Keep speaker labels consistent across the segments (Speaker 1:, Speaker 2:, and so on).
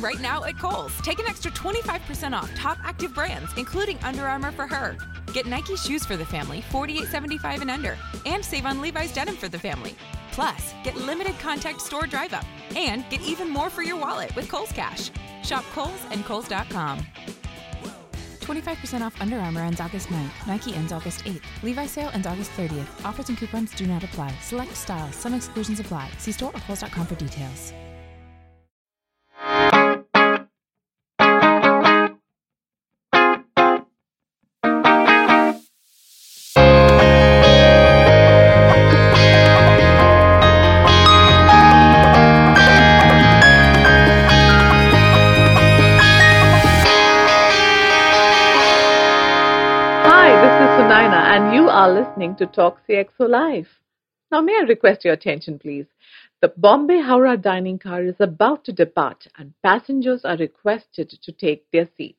Speaker 1: Right now at Kohl's, take an extra 25% off top active brands, including Under Armour for her. Get Nike shoes for the family, 48.75 and under, and save on Levi's denim for the family. Plus, get limited contact store drive up and get even more for your wallet with Kohl's Cash. Shop Kohl's and Kohl's.com. 25% off Under Armour ends August 9th. Nike ends August 8th. Levi sale ends August 30th. Offers and coupons do not apply. Select styles. Some exclusions apply. See store or Kohl's.com for details.
Speaker 2: Hi, this is Sunaina, and you are listening to Talk CXO Live. Now, may I request your attention, please? The Bombay Howrah dining car is about to depart, and passengers are requested to take their seats.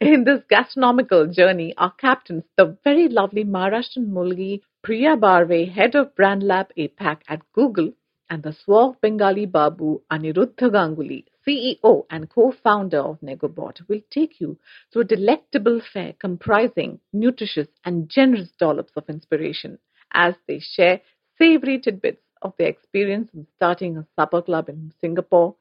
Speaker 2: In this gastronomical journey, our captains, the very lovely Maharashtrian Mulgi Priya Barve, head of Brand Lab APAC at Google, and the suave Bengali Babu Aniruddha Ganguly, CEO and co-founder of Negobot, will take you through a delectable fare comprising nutritious and generous dollops of inspiration as they share savory tidbits of their experience in starting a supper club in Singapore,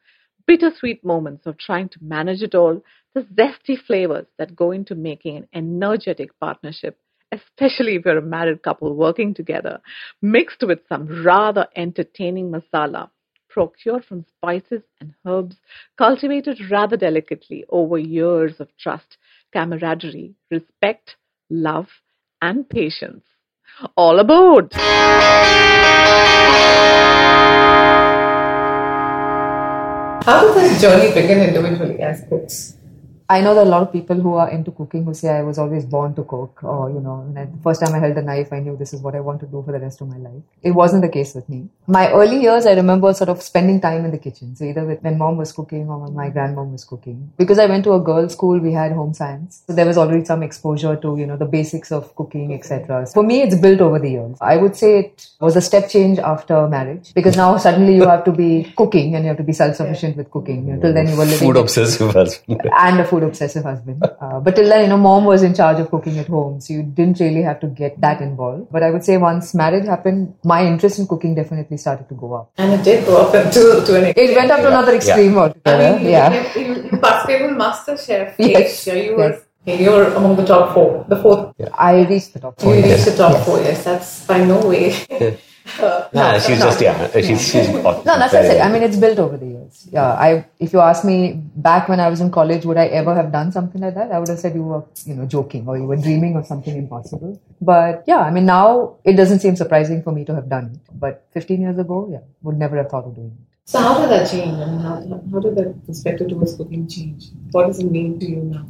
Speaker 2: bittersweet moments of trying to manage it all, the zesty flavors that go into making an energetic partnership, especially if you're a married couple working together, mixed with some rather entertaining masala procured from spices and herbs cultivated rather delicately over years of trust, camaraderie, respect, love, and patience. All aboard!
Speaker 3: How did this journey begin individually as cooks?
Speaker 4: I know there are a lot of people who are into cooking who say I was always born to cook, or you know, and I, the first time I held a knife, I knew this is what I want to do for the rest of my life. It wasn't the case with me. My early years, I remember sort of spending time in the kitchen, so either with, when mom was cooking or when my grandmom was cooking. Because I went to a girls' school, we had home science, so there was already some exposure to you know the basics of cooking, etc. For me, it's built over the years. I would say it was a step change after marriage because now suddenly you have to be cooking and you have to be self-sufficient with cooking. You know, till then you were living
Speaker 5: Food obsessive husband.
Speaker 4: and a food obsessive husband. Uh, but till then, you know, mom was in charge of cooking at home, so you didn't really have to get that involved. But I would say once marriage happened, my interest in cooking definitely started to go up.
Speaker 3: And it did go up to, to an extent.
Speaker 4: It went up to another extreme altogether.
Speaker 3: I mean, you,
Speaker 4: yeah.
Speaker 3: you, you, you basketball master chef.
Speaker 4: Yes.
Speaker 3: Asia, you were you were among the top four, the fourth.
Speaker 4: I reached the top.
Speaker 3: You
Speaker 4: point.
Speaker 3: reached the top four. Yes, that's by no way. Uh,
Speaker 5: Nah, she's just yeah. She's she's
Speaker 4: No, that's what I said. I mean, it's built over the years. Yeah, I. If you ask me back when I was in college, would I ever have done something like that? I would have said you were, you know, joking or you were dreaming of something impossible. But yeah, I mean, now it doesn't seem surprising for me to have done it. But 15 years ago, yeah, would never have thought of doing it.
Speaker 3: so how did that change? I mean, how, how did that perspective towards cooking change? What does it mean to you now?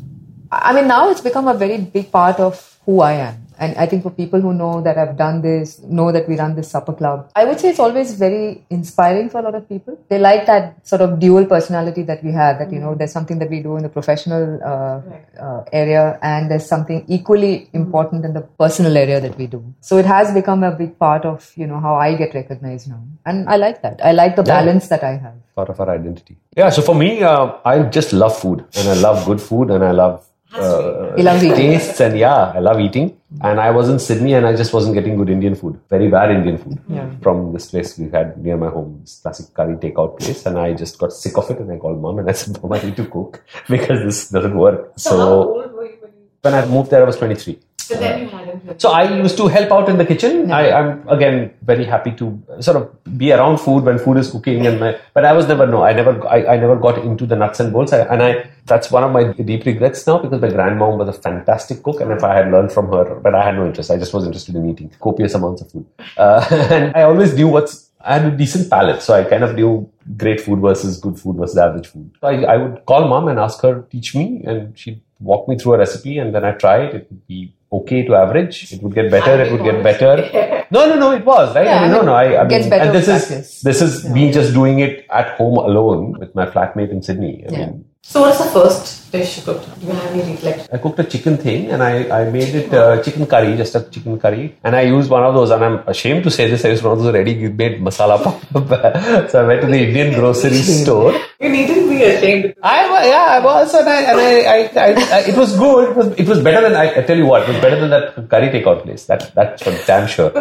Speaker 4: I mean, now it's become a very big part of who I am. And I think for people who know that I've done this, know that we run this supper club, I would say it's always very inspiring for a lot of people. They like that sort of dual personality that we have, that, you know, there's something that we do in the professional uh, uh, area and there's something equally important in the personal area that we do. So it has become a big part of, you know, how I get recognized now. And I like that. I like the balance that I have.
Speaker 5: part of our identity. Yeah. So for me, uh, I just love food, and I love good food, and I love uh,
Speaker 4: You love eating. Mm.
Speaker 5: tastes, and yeah, I love eating. And I was in Sydney, and I just wasn't getting good Indian food. Very bad Indian food from this place we had near my home, this classic curry takeout place. And I just got sick of it, and I called mom, and I said, "Mom, I need to cook because this doesn't work."
Speaker 3: So how
Speaker 5: So
Speaker 3: old were you when you?
Speaker 5: when I moved there, I was 23.
Speaker 3: But then you had him.
Speaker 5: So I used to help out in the kitchen. I, I'm again very happy to sort of be around food when food is cooking, and my, but I was never no, I never I, I never got into the nuts and bolts, I, and I that's one of my deep regrets now because my grandmom was a fantastic cook, and if I had learned from her, but I had no interest. I just was interested in eating copious amounts of food, uh, and I always knew what's. I had a decent palate, so I kind of knew great food versus good food versus average food. So I, I would call mom and ask her teach me, and she'd walk me through a recipe, and then I try it. It would be okay to average. It would get better. It would get better. No, no, no. It was right. I mean, no, no. I, I
Speaker 4: gets
Speaker 5: mean,
Speaker 4: better
Speaker 5: and this
Speaker 4: with
Speaker 5: is
Speaker 4: practice.
Speaker 5: this is me just doing it at home alone with my flatmate in Sydney. I
Speaker 4: Yeah.
Speaker 5: mean,
Speaker 6: So, what is the first dish you cooked? Do you have any recollection?
Speaker 5: I cooked a chicken thing and I, I made it uh, chicken curry, just a chicken curry. And I used one of those, and I'm ashamed to say this, I used one of those ready made masala pop. so I went to the Indian grocery store.
Speaker 3: You needn't be ashamed.
Speaker 5: I wa- yeah, I was, and I, and I, I, I, I it was good. It was, it was better than I, I tell you what, it was better than that curry takeout place. That that's for damn sure.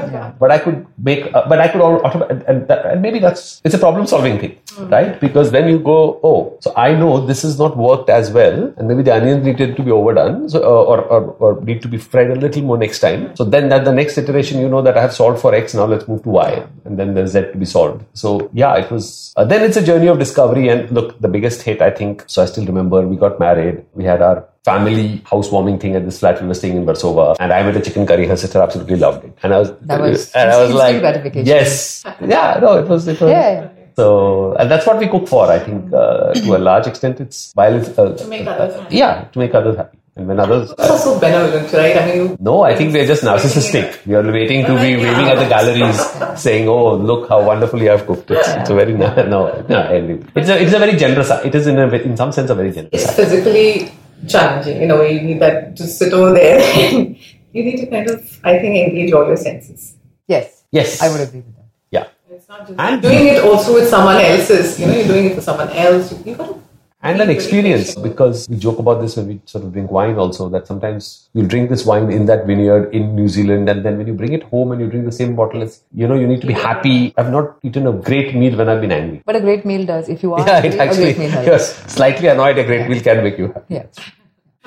Speaker 5: But I could make, uh, but I could all autom- and, and, that, and maybe that's it's a problem solving thing, right? Because then you go, oh, so I know this is not worked as well, and maybe the onions needed to be overdone, so, uh, or, or or need to be fried a little more next time. So then that the next iteration, you know that I have solved for X. Now let's move to Y, and then there's Z to be solved. So yeah, it was. Uh, then it's a journey of discovery. And look, the biggest hit I think. So I still remember we got married. We had our family housewarming thing at this flat we were staying in Varsova, and I made a chicken curry. Her sister absolutely loved it, and I was
Speaker 4: That was
Speaker 5: and I was
Speaker 4: instant
Speaker 5: like
Speaker 4: gratification.
Speaker 5: yes, yeah, no, it was it was.
Speaker 4: Yeah, yeah.
Speaker 5: So and that's what we cook for. I think uh, to a large extent, it's while it's, uh, to
Speaker 6: make others happy.
Speaker 5: Yeah, to make others happy. And when others,
Speaker 3: It's also benevolent, right? I mean, you
Speaker 5: no, I think we're just narcissistic. We are waiting to be waving at the galleries, saying, "Oh, look how wonderfully I've cooked it." It's a very no, no, no I agree. It's a it's a very generous. It is in a ve- in some sense a very generous.
Speaker 3: it's physically challenging in a way. You need that to sit over there. you need to kind of, I think, engage all your senses.
Speaker 4: Yes.
Speaker 5: Yes,
Speaker 4: I would agree with that.
Speaker 5: Yeah,
Speaker 3: It's not just
Speaker 5: And-
Speaker 3: doing it also with someone else's. You know, you're doing it for someone else. You got to
Speaker 5: and an experience because we joke about this when we sort of drink wine also that sometimes you drink this wine in that vineyard in New Zealand and then when you bring it home and you drink the same bottle, it's you know you need to be happy. I've not eaten a great meal when I've been angry.
Speaker 4: But a great meal does. If you are
Speaker 5: Yeah, it
Speaker 4: hungry, a
Speaker 5: actually
Speaker 4: great meal helps.
Speaker 5: yes, slightly annoyed. A great meal can make you happy.
Speaker 4: Yeah.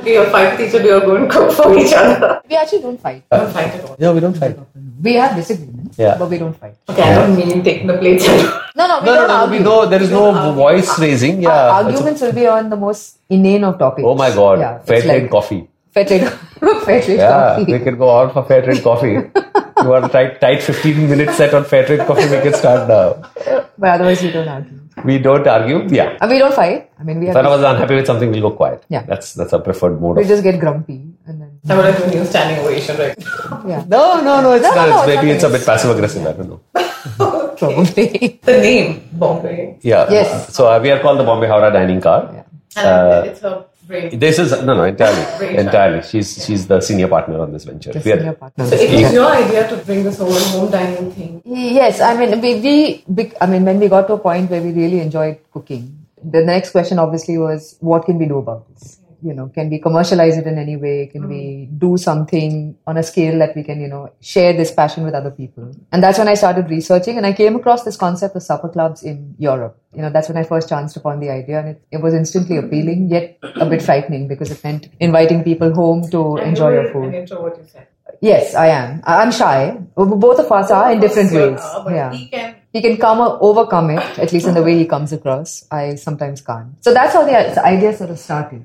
Speaker 3: be a fight with each other. You're going to cook for each other.
Speaker 4: We actually don't fight.
Speaker 3: Don't fight at all.
Speaker 5: No, we don't fight.
Speaker 4: We have disagreements,
Speaker 5: Uh, Yeah.
Speaker 4: but we don't fight.
Speaker 3: Okay, I don't mean taking the plates.
Speaker 4: No, no, we
Speaker 5: No, no,
Speaker 4: don't
Speaker 5: no,
Speaker 4: argue.
Speaker 5: we know there is
Speaker 4: We don't
Speaker 5: no
Speaker 4: argue.
Speaker 5: voice raising. Yeah.
Speaker 4: Our uh, arguments will be on the most inane of topics.
Speaker 5: Oh my God.
Speaker 4: Yeah,
Speaker 5: fair
Speaker 4: it's
Speaker 5: trade
Speaker 4: like
Speaker 5: coffee.
Speaker 4: Fair trade, fair trade
Speaker 5: Yeah.
Speaker 4: coffee.
Speaker 5: We can go on for fair trade coffee. you want a tight, tight 15 minute set on fair trade coffee? We can start now.
Speaker 4: But otherwise, we don't argue.
Speaker 5: We don't argue. Yeah.
Speaker 4: And we don't fight. I mean, we
Speaker 5: If
Speaker 4: have.
Speaker 5: one of us is unhappy with something, we'll go quiet.
Speaker 4: Yeah.
Speaker 5: That's that's our preferred mode
Speaker 4: we
Speaker 5: of.
Speaker 4: just get grumpy and then
Speaker 3: I would have given you a standing ovation, right?
Speaker 4: yeah,
Speaker 5: No, no, no. It's
Speaker 4: No, no,
Speaker 5: not.
Speaker 4: no,
Speaker 5: it's
Speaker 4: it's
Speaker 5: maybe
Speaker 4: nothing.
Speaker 5: it's a bit passive aggressive. I don't know.
Speaker 4: probably.
Speaker 3: The name, Bombay.
Speaker 5: Yeah.
Speaker 4: Yes.
Speaker 5: So uh, we are called the Bombay Howrah Dining Car.
Speaker 6: And
Speaker 5: Uh,
Speaker 6: it's her brain.
Speaker 5: This is no, no, entirely, entirely. She's she's the senior partner on this venture.
Speaker 4: The
Speaker 5: We are-
Speaker 4: senior partner.
Speaker 3: So it was your idea to bring this whole home dining thing.
Speaker 4: Yes, I mean we, we bec- I mean when we got to a point where we really enjoyed cooking, the next question obviously was what can we do about this? You know, can we commercialize it in any way? Can we
Speaker 3: Mm-hmm.
Speaker 4: do something on a scale that we can, you know, share this passion with other people? And that's when I started researching and I came across this concept of supper clubs in Europe. You know, that's when I first chanced upon the idea and it, it was instantly appealing yet a bit frightening because it meant inviting people home to enjoy
Speaker 3: you
Speaker 4: your
Speaker 3: were An
Speaker 4: food.
Speaker 3: introvert, you said.
Speaker 4: Yes, I am. I- I'm shy. Both of us are in different
Speaker 3: You
Speaker 4: ways.
Speaker 3: are, uh, but
Speaker 4: Yeah
Speaker 3: He can
Speaker 4: he can come overcome it at least in the way he comes across i sometimes can't so that's how the the idea sort of started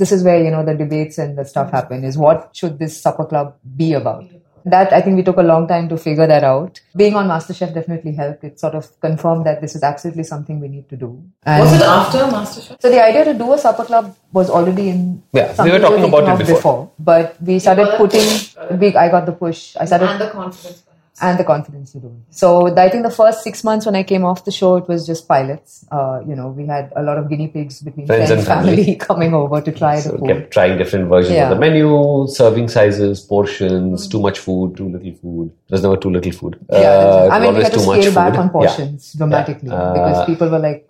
Speaker 4: this is where you know the debates and the stuff happen is what should this supper club be about that i think we took a long time to figure that out being on masterchef definitely helped it sort of confirmed that this is absolutely something we need to do and
Speaker 3: Was it after MasterChef?
Speaker 4: so the idea to do a supper club was already in
Speaker 5: Yeah, we
Speaker 4: something
Speaker 5: were talking
Speaker 4: thinking
Speaker 5: about it
Speaker 4: of
Speaker 5: before.
Speaker 4: but we started
Speaker 3: got the
Speaker 4: putting
Speaker 3: push, got it.
Speaker 4: we, i got the push i started
Speaker 3: And the confidence, perhaps.
Speaker 4: and the confidence to do it. So th- I think the first six months when I came off the show, it was just pilots. Uh, you know, we had a lot of guinea pigs between
Speaker 5: Friends
Speaker 4: friends,
Speaker 5: and
Speaker 4: and family,
Speaker 5: family.
Speaker 4: coming over to try the
Speaker 5: So
Speaker 4: food.
Speaker 5: kept trying different versions
Speaker 4: Yeah.
Speaker 5: of the menu, serving sizes, portions, too much food, too little food. There's never too little food.
Speaker 4: Yeah,
Speaker 5: Uh,
Speaker 4: I mean, we
Speaker 5: always
Speaker 4: had to
Speaker 5: too much
Speaker 4: scale back
Speaker 5: food.
Speaker 4: on
Speaker 5: Yeah.
Speaker 4: portions dramatically
Speaker 5: Uh,
Speaker 4: because people were like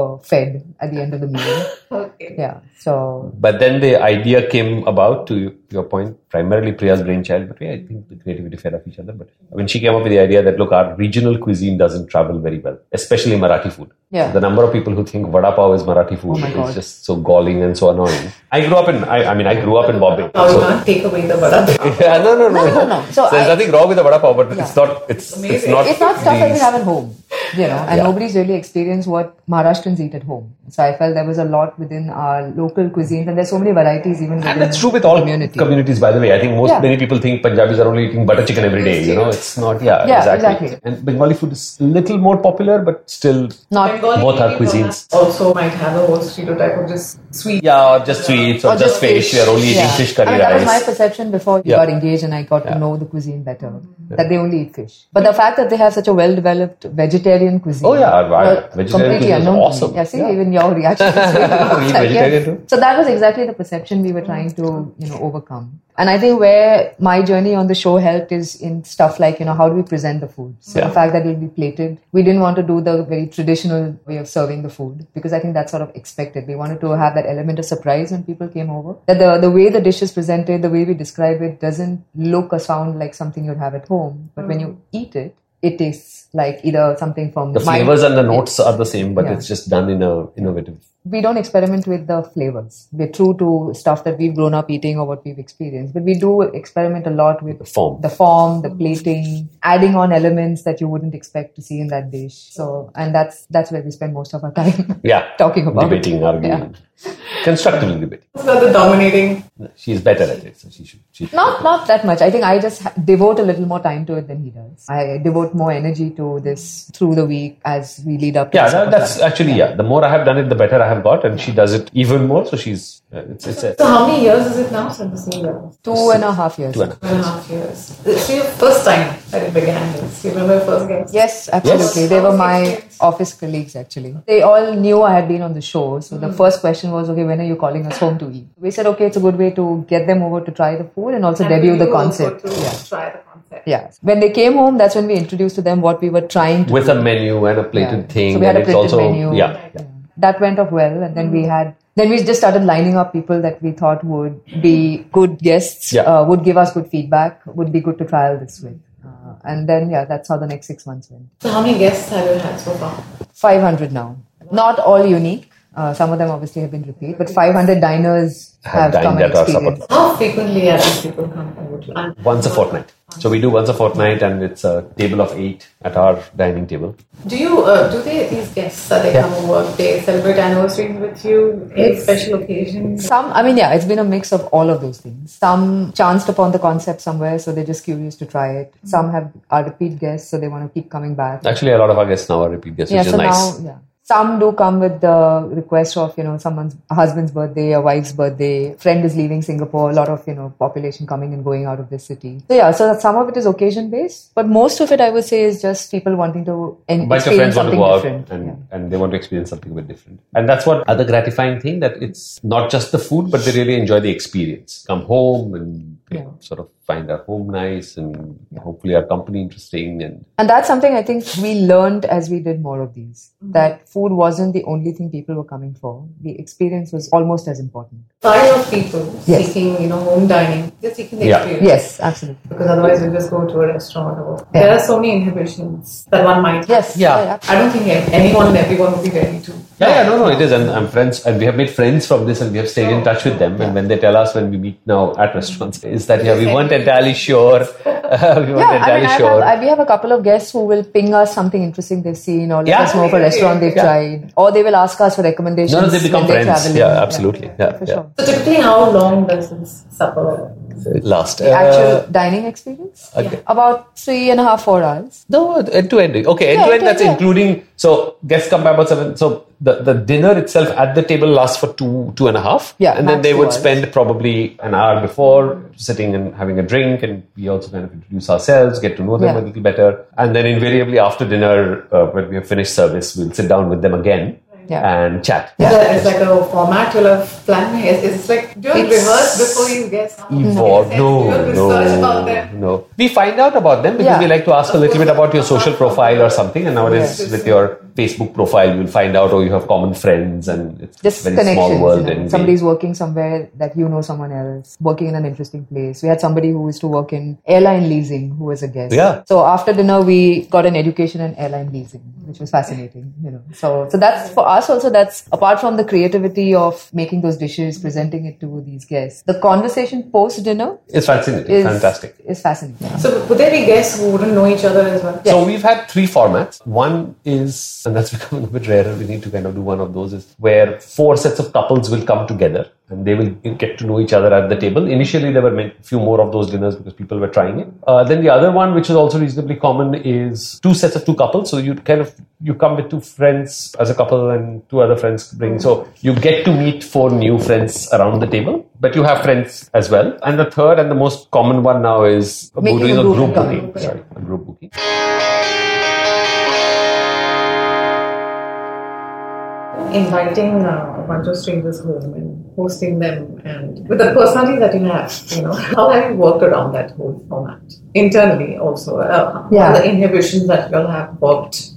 Speaker 4: overfed at the end of the meal.
Speaker 3: Okay.
Speaker 4: yeah, so
Speaker 5: But then the idea came about to your point, primarily Priya's brainchild, but yeah, I think the creativity fed off each other. But when she came up with the idea that look, our regional cuisine doesn't travel very well, especially Marathi food.
Speaker 4: Yeah.
Speaker 5: The number of people who think vada pav is Marathi food
Speaker 4: Oh my
Speaker 5: is
Speaker 4: God.
Speaker 5: just so galling and so annoying. I grew up in, I, I mean, I grew up in Bombay.
Speaker 3: Now you
Speaker 5: so-
Speaker 3: can't take away the vada.
Speaker 5: Yeah, no, no, no,
Speaker 4: No, no, no. So
Speaker 5: there's
Speaker 4: I-
Speaker 5: nothing wrong with the vada pav, but it's not. It's it's not.
Speaker 4: it's not stuff that we
Speaker 5: these-
Speaker 4: have at home, you know, and nobody's really experienced what Maharashtrians eat at home. So I felt there was a lot within our local cuisines, and there's so many varieties even within
Speaker 5: And that's true with all
Speaker 4: community.
Speaker 5: communities, by the way. I think most
Speaker 4: Yeah.
Speaker 5: many people think Punjabis are only eating butter chicken every day. You know, it's not. Yeah,
Speaker 4: Yeah,
Speaker 5: exactly.
Speaker 4: exactly.
Speaker 5: And Bengali food is little more popular, but still,
Speaker 4: Not
Speaker 3: Bengali
Speaker 5: Both are
Speaker 3: people
Speaker 5: cuisines.
Speaker 3: Also, might have a whole stereotype of just sweet.
Speaker 5: yeah, or just sweets or, just fish. We are only
Speaker 4: Yeah.
Speaker 5: eating fish curry
Speaker 4: I mean, That was my
Speaker 5: rice.
Speaker 4: perception before we
Speaker 5: Yeah.
Speaker 4: got engaged and I got
Speaker 5: Yeah.
Speaker 4: to know the cuisine better. that they only eat fish. But the fact that they have such a well developed vegetarian cuisine.
Speaker 5: Oh, yeah, I- I-
Speaker 4: well,
Speaker 5: vegetarian
Speaker 4: completely
Speaker 5: cuisine is
Speaker 4: unknown to me.
Speaker 5: awesome.
Speaker 4: Yeah, see,
Speaker 5: Yeah.
Speaker 4: even your reaction. is really-
Speaker 5: eat
Speaker 4: Yeah.
Speaker 5: vegetarian too?
Speaker 4: So that was exactly the perception we were trying to, you know, overcome. And I think where my journey on the show helped is in stuff like, you know, how do we present the food? So the
Speaker 5: Yeah.
Speaker 4: fact that it'll be plated. We didn't want to do the very traditional way of serving the food because I think that's sort of expected. We wanted to have that element of surprise when people came over. That the, the way the dish is presented, the way we describe it doesn't look or sound like something you'd have at home. But when you eat it, it tastes like either something from
Speaker 5: The
Speaker 4: my-
Speaker 5: flavors and the notes are the same, but
Speaker 4: Yeah.
Speaker 5: it's just done in a innovative.
Speaker 4: we don't experiment with the flavors. We're true to stuff that we've grown up eating or what we've experienced, but we do experiment a lot with
Speaker 5: The form.
Speaker 4: the form, the plating, adding on elements that you wouldn't expect to see in that dish. So, and that's that's where we spend most of our time.
Speaker 5: Yeah.
Speaker 4: Talking about
Speaker 5: debating, arguing, constructively debating.
Speaker 3: It's not the dominating.
Speaker 5: She's better at it, so she should. She should
Speaker 4: Not not that much. I think I just ha- devote a little more time to it than he does. I devote more energy to this through the week as we lead up. To
Speaker 5: Yeah,
Speaker 4: the
Speaker 5: that, that's
Speaker 4: Saturday.
Speaker 5: actually yeah. The more I have done it, the better I have got, and she does it even more. So she's uh, it's it's a,
Speaker 6: So how many years is it now since the year?
Speaker 4: two and a half years.
Speaker 5: two and a half.
Speaker 6: Two and a half years. It's your first time that it began. Yes. You remember your first guest?
Speaker 4: Yes, absolutely.
Speaker 6: Yes.
Speaker 4: They were my office colleagues actually. Hmm. They all knew I had been on the show. So the first question was, okay, when are you calling us home to eat? We said, okay, it's a good way to get them over to try the food and also
Speaker 6: And
Speaker 4: debut
Speaker 6: you
Speaker 4: the
Speaker 6: also
Speaker 4: concept.
Speaker 6: To
Speaker 4: Yeah.
Speaker 6: Try the concept.
Speaker 4: Yeah. When they came home, that's when we introduced to them what we were trying to
Speaker 5: with a menu and a plated
Speaker 4: yeah.
Speaker 5: thing.
Speaker 4: So we had
Speaker 5: and
Speaker 4: a
Speaker 5: it's
Speaker 4: plated
Speaker 5: also,
Speaker 4: menu.
Speaker 5: Yeah, yeah.
Speaker 4: That went off well, and then we had then we just started lining up people that we thought would be good guests,
Speaker 5: Yeah.
Speaker 4: uh, would give us good feedback, would be good to trial this with, uh, and then yeah, that's how the next six months went.
Speaker 6: So how many guests have you had so far?
Speaker 4: 500 now. Not all unique. Uh, some of them obviously have been repeat, but 500 diners have,
Speaker 5: Have
Speaker 4: come
Speaker 5: dined
Speaker 4: and
Speaker 5: at our supper.
Speaker 4: experienced.
Speaker 6: How frequently are these people coming over to you?
Speaker 5: Once a fortnight. So we do once a fortnight, and it's a table of eight at our dining table.
Speaker 6: Do you uh, do they these guests are they
Speaker 5: Yeah.
Speaker 6: come over? They celebrate anniversaries with you, any special occasions?
Speaker 4: Some, I mean, yeah, it's been a mix of all of those things. Some chanced upon the concept somewhere, so they're just curious to try it. Some have are repeat guests, so they want to keep coming back.
Speaker 5: Actually, a lot of our guests now are repeat guests,
Speaker 4: yeah,
Speaker 5: which is
Speaker 4: so
Speaker 5: nice.
Speaker 4: now, yeah. Some do come with the request of, you know, someone's husband's birthday, a wife's birthday, friend is leaving Singapore, a lot of, you know, population coming and going out of this city. So, yeah, so that some of it is occasion based, but most of it I would say is just people wanting to en-
Speaker 5: Bunch of
Speaker 4: experience
Speaker 5: friends want to
Speaker 4: something
Speaker 5: go out
Speaker 4: different.
Speaker 5: and,
Speaker 4: yeah.
Speaker 5: and they want to experience something a bit different. And that's what other gratifying thing that it's not just the food, but they really enjoy the experience. Come home and you know, sort of find our home nice and hopefully our company interesting and
Speaker 4: And that's something I think we learned as we did more of these that food wasn't the only thing people were coming for. The experience was almost as important.
Speaker 6: Style of people
Speaker 4: Yes.
Speaker 6: seeking, you know, home dining. They're seeking the
Speaker 5: Yeah.
Speaker 6: experience.
Speaker 4: Yes, absolutely.
Speaker 6: Because otherwise you just go to a restaurant or
Speaker 4: Yeah.
Speaker 6: there are so many inhibitions that one might have.
Speaker 4: Yes.
Speaker 5: Yeah.
Speaker 4: absolutely.
Speaker 6: I don't think anyone and everyone would be ready to
Speaker 5: Yeah, yeah, no, no, it is, and I'm friends, and we have made friends from this, and we have stayed
Speaker 4: Oh,
Speaker 5: in touch with them. And when they tell us when we meet now at restaurants, is that yeah, we weren't entirely sure, we weren't
Speaker 4: Yeah, I
Speaker 5: entirely
Speaker 4: mean, I have,
Speaker 5: sure.
Speaker 4: I, we have a couple of guests who will ping us something interesting they've seen, or let
Speaker 5: Yeah.
Speaker 4: us know of a restaurant they've
Speaker 5: Yeah.
Speaker 4: tried, or they will ask us for recommendations.
Speaker 5: no, no, they become
Speaker 4: when they're
Speaker 5: friends.
Speaker 4: traveling.
Speaker 5: Yeah, absolutely. Yeah,
Speaker 4: For
Speaker 5: yeah.
Speaker 4: sure.
Speaker 6: So typically how long does this supper
Speaker 5: Last,
Speaker 4: The
Speaker 5: uh,
Speaker 4: actual dining experience?
Speaker 5: okay.
Speaker 4: About three and a half, four hours.
Speaker 5: no, end to end. Okay, end
Speaker 4: Yeah,
Speaker 5: to
Speaker 4: end-to-end,
Speaker 5: end. That's
Speaker 4: yeah.
Speaker 5: including. So guests come by about seven. So the, the dinner itself at the table lasts for two two and a half.
Speaker 4: Yeah,
Speaker 5: and then
Speaker 4: max
Speaker 5: they
Speaker 4: two
Speaker 5: would
Speaker 4: hours.
Speaker 5: spend probably an hour before sitting and having a drink, and we also kind of introduce ourselves, get to know them
Speaker 4: Yeah.
Speaker 5: a little better, and then invariably after dinner, uh, when we have finished service, we'll sit down with them again
Speaker 4: Yeah.
Speaker 5: and chat.
Speaker 6: Is there- It's like a format you'll have planned. It's, it's like do you
Speaker 4: It's-
Speaker 6: rehearse before you guess?
Speaker 5: Evolve.
Speaker 6: You
Speaker 5: No,
Speaker 6: have research about
Speaker 5: no,
Speaker 6: them.
Speaker 5: no. We find out about them because
Speaker 4: Yeah.
Speaker 5: we like to ask a little bit about your social profile or something. And nowadays,
Speaker 4: Yes.
Speaker 5: with your Facebook profile, you'll find out, oh, you have common friends, and it's
Speaker 4: Just
Speaker 5: very
Speaker 4: connections.
Speaker 5: small world.
Speaker 4: you know.
Speaker 5: and we-
Speaker 4: Somebody's working somewhere that you know someone else, working in an interesting place. We had somebody who used to work in airline leasing who was a guest.
Speaker 5: Yeah.
Speaker 4: So after dinner, we got an education in airline leasing, which was fascinating. You know, so so that's for us also. That's apart from the creativity of making those dishes, presenting it to these guests. The conversation post dinner
Speaker 5: it's fascinating,
Speaker 4: is
Speaker 5: fantastic.
Speaker 4: Is fascinating.
Speaker 6: So would there be guests who wouldn't know each other as well?
Speaker 5: So we've had three formats. One is and that's becoming a bit rarer. We need to kind of do one of those is where four sets of couples will come together and they will get to know each other at the table. Initially, there were a few more of those dinners because people were trying it. Uh, then the other one, which is also reasonably common, is two sets of two couples. So you kind of you come with two friends as a couple and two other friends bring. So you get to meet four new friends around the table, but you have friends as well. And the third and the most common one now is a
Speaker 4: Making
Speaker 5: booking
Speaker 4: a
Speaker 5: or
Speaker 4: group
Speaker 5: group
Speaker 4: come.
Speaker 5: booking. Sorry, a group booking.
Speaker 6: Inviting uh, a bunch of strangers home and hosting them, and with the personality that you have, you know, how have you worked around that whole format internally also? Uh,
Speaker 4: Yeah.
Speaker 6: all the inhibitions that you'll have worked.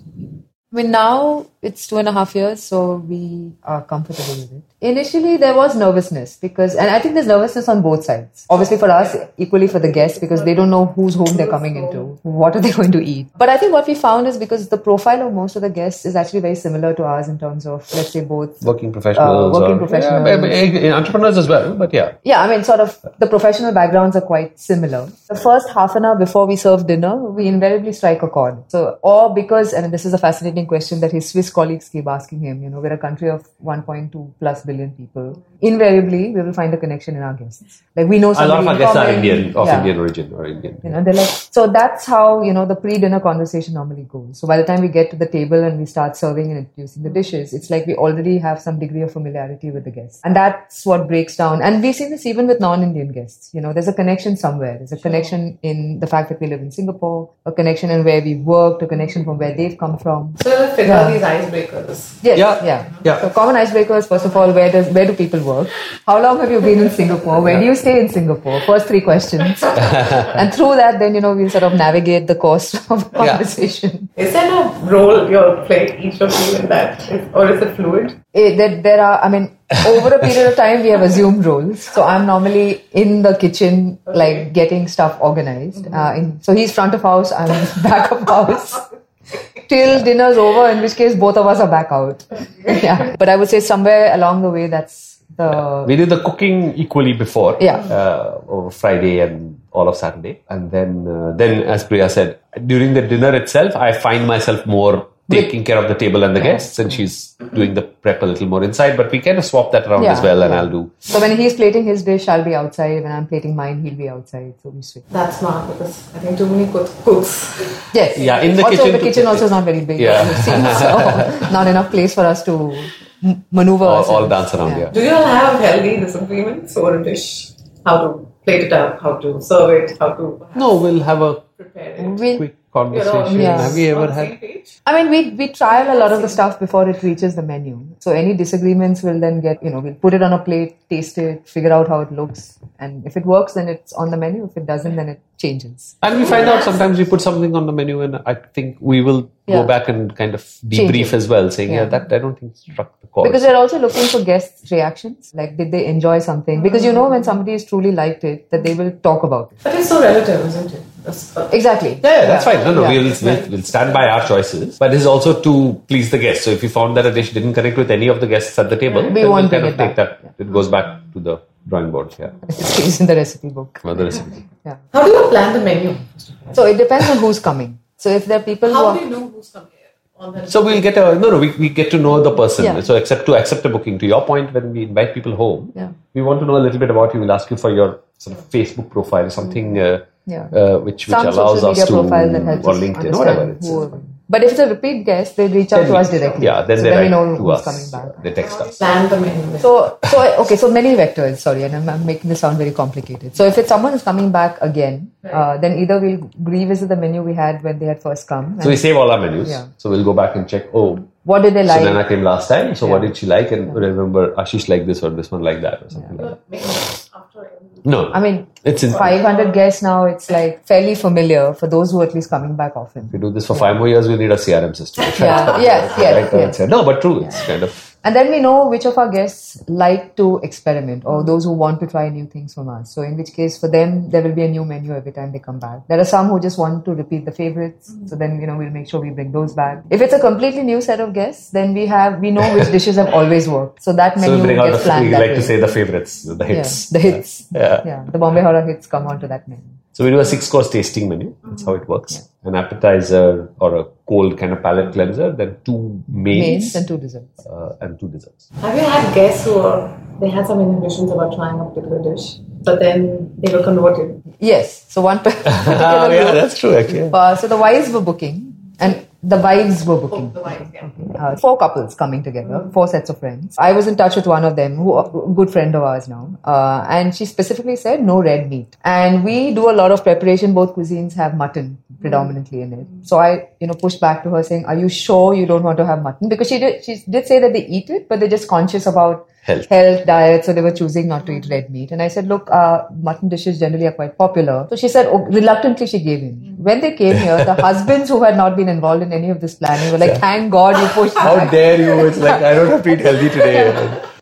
Speaker 4: I mean, now it's two and a half years, so we are comfortable with it. Initially, there was nervousness because, and I think there's nervousness on both sides. Obviously, for us, equally for the guests, because they don't know whose home they're coming into, what are they going to eat. But I think what we found is because the profile of most of the guests is actually very similar to ours in terms of, let's say, both
Speaker 5: Working professionals.
Speaker 4: Uh, working
Speaker 5: or-
Speaker 4: professionals.
Speaker 5: Yeah, but- but entrepreneurs as well, but yeah.
Speaker 4: yeah, I mean, sort of the professional backgrounds are quite similar. The first half an hour before we serve dinner, we invariably strike a chord. So, or because, and this is a fascinating question that his Swiss colleagues keep asking him, you know, we're a country of 1.2 plus billion people. Invariably, we will find a connection in our guests. Like, we know
Speaker 5: A lot
Speaker 4: somebody
Speaker 5: of our
Speaker 4: in
Speaker 5: guests are
Speaker 4: common.
Speaker 5: Indian, of
Speaker 4: Yeah.
Speaker 5: Indian origin or Indian.
Speaker 4: You know, they're like, so that's how, you know, the pre dinner conversation normally goes. So by the time we get to the table and we start serving and introducing the dishes, it's like we already have some degree of familiarity with the guests. And that's what breaks down. And we see this even with non Indian guests. You know, there's a connection somewhere. There's a connection in the fact that we live in Singapore, a connection in where we've worked, a connection from where they've come from.
Speaker 6: So you'll figure
Speaker 4: Yeah.
Speaker 6: these icebreakers.
Speaker 4: Yes,
Speaker 5: Yeah,
Speaker 4: yeah,
Speaker 5: yeah.
Speaker 4: So common icebreakers, first of all, where does where do people work? How long have you been in Singapore? Where do you stay in Singapore? First three questions, and through that, then you know we sort of navigate the course of conversation.
Speaker 6: Is there no role you'll play each of you in that, Is- or is it fluid?
Speaker 4: Eh, that there are, I mean, over a period of time, we have assumed roles. So I'm normally in the kitchen, like getting stuff
Speaker 5: Mm-hmm.
Speaker 4: organized. Uh, in, so he's front of house, I'm back of house. Till dinner's over, in which case both of us are back out. yeah, but I would say somewhere along the way, that's the
Speaker 5: We did the cooking equally before,
Speaker 4: Yeah.
Speaker 5: uh, over Friday and all of Saturday, and then uh, then as Priya said, during the dinner itself, I find myself more taking care of the table and the guests, and she's doing the prep a little more inside. But we kind of swap that around
Speaker 4: Yeah,
Speaker 5: as well, and
Speaker 4: yeah.
Speaker 5: I'll do.
Speaker 4: So when he's plating his dish, I'll be outside. When I'm plating mine, he'll be outside. So we switch.
Speaker 6: That's not because I think too many cook- cooks.
Speaker 4: Yes.
Speaker 5: Yeah, in the
Speaker 4: also,
Speaker 5: kitchen
Speaker 4: the
Speaker 5: to-
Speaker 4: kitchen also is not very big.
Speaker 5: Yeah.
Speaker 4: as you've seen, so not enough place for us to m- maneuver.
Speaker 5: All, all
Speaker 4: ourselves.
Speaker 5: dance around, yeah.
Speaker 6: Do you all have healthy disagreements over a dish? How to plate it up, how to serve it, how to
Speaker 5: No, we'll have a
Speaker 6: prepare it?
Speaker 4: We'll,
Speaker 5: quick conversation.
Speaker 4: Yeah.
Speaker 5: Have we ever
Speaker 6: On the same
Speaker 5: had?
Speaker 6: page?
Speaker 4: I mean, we we trial a lot of the stuff before it reaches the menu. So any disagreements will then get you know we'll put it on a plate, taste it, figure out how it looks, and if it works, then it's on the menu. If it doesn't, then it changes.
Speaker 5: And we find out sometimes we put something on the menu, and I think we will
Speaker 4: Yeah.
Speaker 5: go back and kind of
Speaker 4: Change
Speaker 5: debrief
Speaker 4: it.
Speaker 5: as well, saying, yeah.
Speaker 4: Yeah.
Speaker 5: that I don't think struck the chord.
Speaker 4: Because we're also looking for guests' reactions. Like, did they enjoy something? Because you know, when somebody has truly liked it, that they will talk about it.
Speaker 6: But it's so relative, isn't it? That's- uh,
Speaker 4: Exactly.
Speaker 5: Yeah, yeah, that's fine. No, no,
Speaker 4: Yeah.
Speaker 5: we'll, we'll, we'll stand by our choices. But it's also to please the guests. So if you found that a dish didn't connect with any of the guests at the table, then
Speaker 4: won't
Speaker 5: we'll kind
Speaker 4: bring
Speaker 5: of
Speaker 4: it
Speaker 5: take that. It goes back to the drawing board. Yeah.
Speaker 4: It's in the recipe book.
Speaker 5: Another recipe.
Speaker 4: Yeah.
Speaker 6: How do you plan the menu?
Speaker 4: So it depends on who's coming. So if there are people who
Speaker 6: How
Speaker 4: are
Speaker 6: do you know who's coming on the
Speaker 5: So we'll get a no, no. We, we get to know the person.
Speaker 4: Yeah.
Speaker 5: So except to accept a booking. To your point, when we invite people home,
Speaker 4: Yeah.
Speaker 5: we want to know a little bit about you. We'll ask you for your sort of Facebook profile, something uh,
Speaker 4: Yeah.
Speaker 5: uh, which which
Speaker 4: some
Speaker 5: allows
Speaker 4: social
Speaker 5: us
Speaker 4: media
Speaker 5: to
Speaker 4: profile that helps
Speaker 5: or
Speaker 4: us
Speaker 5: LinkedIn or whatever.
Speaker 4: understand
Speaker 5: It's,
Speaker 4: who. But if it's a repeat guest, they reach out
Speaker 5: then
Speaker 4: to
Speaker 5: we-
Speaker 4: us directly.
Speaker 5: Yeah, then
Speaker 4: so
Speaker 5: they
Speaker 4: then we
Speaker 5: write
Speaker 4: know
Speaker 5: to
Speaker 4: who's
Speaker 5: us.
Speaker 4: coming back.
Speaker 5: They text us.
Speaker 6: plan the menu?
Speaker 4: So, so okay, so many vectors. Sorry, and I'm, I'm making this sound very complicated. So, if it's someone who's coming back again, uh, then either we'll revisit the menu we had when they had first come.
Speaker 5: So we
Speaker 4: And
Speaker 5: save all our menus.
Speaker 4: Yeah.
Speaker 5: So we'll go back and check. Oh,
Speaker 4: what did they like?
Speaker 5: So then I came last time. So what
Speaker 4: Yeah.
Speaker 5: did she like? And remember, Ashish like this or this one like that or something. Like that. No,
Speaker 4: I mean,
Speaker 5: it's in.
Speaker 4: 500 guests now. It's like fairly familiar for those who are at least coming back often.
Speaker 5: If we do this for five more years, we need a CRM system.
Speaker 4: Yeah, yes, yes, yes.
Speaker 5: No, but true. It's kind of
Speaker 4: And then we know which of our guests like to experiment or
Speaker 5: Mm-hmm.
Speaker 4: those who want to try new things from us. So, in which case, for them, there will be a new menu every time they come back. There are some who just want to repeat the favorites.
Speaker 5: Mm-hmm.
Speaker 4: So, then, you know, we'll make sure we bring those back. If it's a completely new set of guests, then we have, we know which dishes have always worked. So, that
Speaker 5: so we
Speaker 4: menu
Speaker 5: bring out
Speaker 4: gets
Speaker 5: the we
Speaker 4: planned.
Speaker 5: like
Speaker 4: that
Speaker 5: to
Speaker 4: way.
Speaker 5: say the favorites, the
Speaker 4: Yeah,
Speaker 5: hits.
Speaker 4: the hits.
Speaker 5: Yeah.
Speaker 4: Yeah. The Bombay Horror hits come onto that menu.
Speaker 5: So we do a six course tasting menu. That's how it works. an appetizer or a cold kind of palate cleanser, then two mains,
Speaker 4: mains and two desserts.
Speaker 5: uh, and two desserts.
Speaker 6: Have you had guests who are, they had some inhibitions about trying a particular dish, but then they were converted?
Speaker 4: Yes, so one particular group.
Speaker 5: Ah, true actually.
Speaker 4: Uh, so the wives were booking, and the wives were booking.
Speaker 5: Oh,
Speaker 6: The wives, yeah.
Speaker 4: uh, four couples coming together, four sets of friends. I was in touch with one of them, who a good friend of ours now, uh, and she specifically said no red meat. And we do a lot of preparation. Both cuisines have mutton predominantly in it. So I, you know, pushed back to her saying, "Are you sure you don't want to have mutton?" Because she did, she did say that they eat it, but they're just conscious about
Speaker 5: Health.
Speaker 4: health diet, so they were choosing not to eat red meat. And I said, look, uh, mutton dishes generally are quite popular. So she said, oh, reluctantly she gave
Speaker 5: Mm.
Speaker 4: in. When they came here, the husbands who had not been involved in any of this planning were like, thank God you pushed
Speaker 5: How
Speaker 4: back.
Speaker 5: dare you? It's like I don't have to eat healthy today.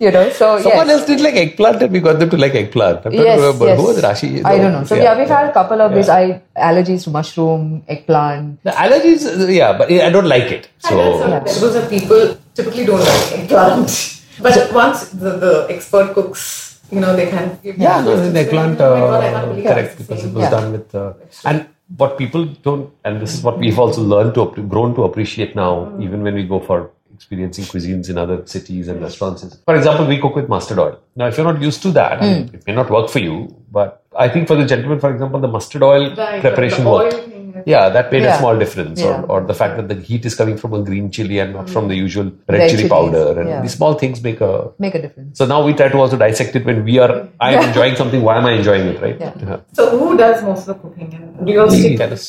Speaker 4: you know, so
Speaker 5: Someone
Speaker 4: yes.
Speaker 5: else did like eggplant and we got them to like eggplant. I'm trying
Speaker 4: Yes,
Speaker 5: to remember
Speaker 4: yes.
Speaker 5: who was Rashi.
Speaker 4: I don't know. So yeah, we've had a couple of
Speaker 5: Yeah.
Speaker 4: these I allergies to mushroom, eggplant.
Speaker 5: The allergies, yeah, but I don't like it. So
Speaker 6: So vegetables that people typically don't like eggplant. But once the, the expert cooks, you know, they kind of give
Speaker 5: yeah,
Speaker 6: you-
Speaker 5: no, the eggplant,
Speaker 6: Oh my God, I can't
Speaker 5: uh,
Speaker 6: believe
Speaker 5: correct,
Speaker 6: that's the
Speaker 5: because
Speaker 6: same.
Speaker 5: it was
Speaker 4: Yeah.
Speaker 5: done with uh, and what people don't, and this is what we've also learned to app- grown to appreciate now, even when we go for experiencing cuisines in other cities and restaurants. is- For example, we cook with mustard oil. Now, if you're not used to that, I mean, it may not work for you, but I think for the gentleman, for example, the mustard oil
Speaker 6: Right,
Speaker 5: preparation
Speaker 6: the oil
Speaker 5: worked.
Speaker 6: thing is-
Speaker 5: Yeah, that made
Speaker 4: Yeah.
Speaker 5: a small difference,
Speaker 4: Yeah.
Speaker 5: or, or the fact that the heat is coming from a green chili and not from the usual red,
Speaker 4: Red
Speaker 5: chili
Speaker 4: chilies,
Speaker 5: powder, and
Speaker 4: yeah.
Speaker 5: these small things make a
Speaker 4: Make a difference.
Speaker 5: so now we try to also dissect it when we are, I am enjoying something, why am I enjoying it, right?
Speaker 4: Yeah.
Speaker 6: So who does most of the cooking? And do you all
Speaker 5: We
Speaker 6: stick
Speaker 5: kind of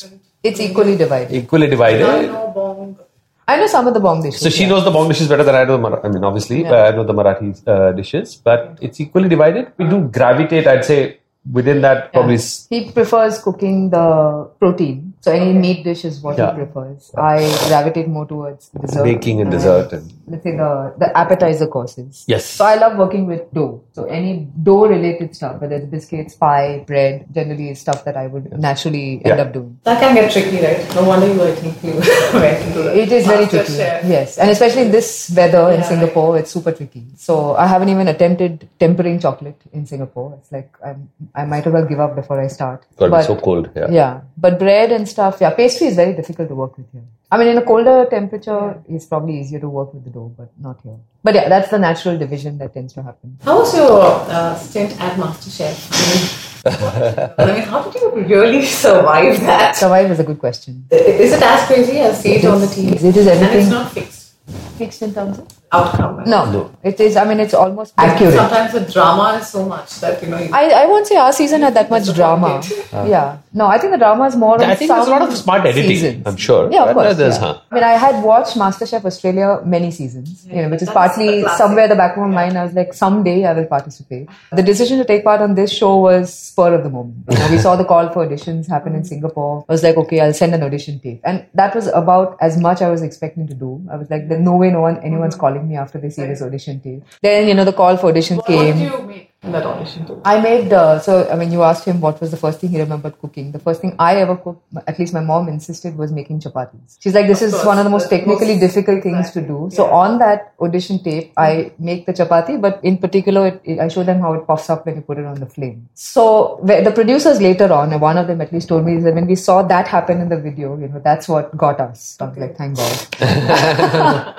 Speaker 4: It's equally divided.
Speaker 5: equally
Speaker 6: I
Speaker 5: divided.
Speaker 6: know bong.
Speaker 4: I know some of the bomb dishes.
Speaker 5: So she
Speaker 4: yeah.
Speaker 5: knows the Bong dishes better than I do the Mar- I mean, obviously,
Speaker 4: Yeah.
Speaker 5: but I know the Marathi uh, dishes, but it's equally divided. We do gravitate, I'd say, within that
Speaker 4: Yeah.
Speaker 5: probably. s-
Speaker 4: He prefers cooking the protein. So any meat dish is what
Speaker 5: Yeah.
Speaker 4: he prefers. I gravitate more towards dessert.
Speaker 5: Baking
Speaker 4: uh,
Speaker 5: and dessert and-
Speaker 4: let's say the, the appetizer courses.
Speaker 5: Yes.
Speaker 4: So I love working with dough. So any dough related stuff, whether it's biscuits, pie, bread, generally is stuff that I would naturally end
Speaker 5: Yeah.
Speaker 4: up doing.
Speaker 6: That can get tricky, right? No wonder you, I think, you went into that.
Speaker 4: It is very
Speaker 6: Master
Speaker 4: tricky.
Speaker 6: chef.
Speaker 4: Yes. And especially in this weather in Singapore, it's super tricky. So I haven't even attempted tempering chocolate in Singapore. It's like I'm, I might as well give up before I start.
Speaker 5: God,
Speaker 4: But-
Speaker 5: it's so cold. Yeah.
Speaker 4: Yeah, but bread and stuff, yeah, pastry is very difficult to work with here. I mean, in a colder temperature, it's probably easier to work with the dough, but not here. But yeah, that's the natural division that tends to happen.
Speaker 6: How was your uh, stint at MasterChef? I mean, I mean, how did you really survive that?
Speaker 4: Survive is a good question.
Speaker 6: Is it as crazy as see it on the TV?
Speaker 4: It is
Speaker 6: And it's
Speaker 4: everything
Speaker 6: not fixed
Speaker 4: fixed in terms of?
Speaker 6: outcome. right?
Speaker 4: No,
Speaker 5: No.
Speaker 4: it is. I mean, it's almost accurate.
Speaker 6: Sometimes the drama is so much that you know. You,
Speaker 4: I, I won't say our season had that much drama. Yeah, no, I think the drama is more. on
Speaker 5: I think there's a lot
Speaker 4: some
Speaker 5: of smart editing,
Speaker 4: seasons.
Speaker 5: I'm sure.
Speaker 4: Yeah, of
Speaker 5: But
Speaker 4: course.
Speaker 5: there's-
Speaker 4: yeah.
Speaker 5: huh.
Speaker 4: I mean, I had watched MasterChef Australia many seasons, you know, which is
Speaker 6: That's the
Speaker 4: partly
Speaker 6: classic.
Speaker 4: somewhere the back of my mind. I was like, someday I will participate. The decision to take part on this show was spur of the moment. You know, we saw the call for auditions happen
Speaker 6: Mm.
Speaker 4: in Singapore. I was like, okay, I'll send an audition tape, and that was about as much I was expecting to do. I was like, there's no way no one
Speaker 6: Mm-hmm.
Speaker 4: anyone's calling me after they see this audition tape. Then you know, the call for auditions
Speaker 6: what
Speaker 4: came.
Speaker 6: did you make in that audition? Too?
Speaker 4: I made uh, so I mean you asked him what was the first thing he remembered cooking. The first thing I ever cooked, at least my mom insisted, was making chapatis. She's like, this is
Speaker 6: course,
Speaker 4: one of the most
Speaker 6: that's
Speaker 4: technically
Speaker 6: most-
Speaker 4: difficult things to do. So on that audition tape, I make the chapati, but in particular, it, it- I show them how it puffs up when you put it on the flame. So where the producers later on, and one of them at least told me that when we saw that happen in the video, you know that's what got us. I was like, thank God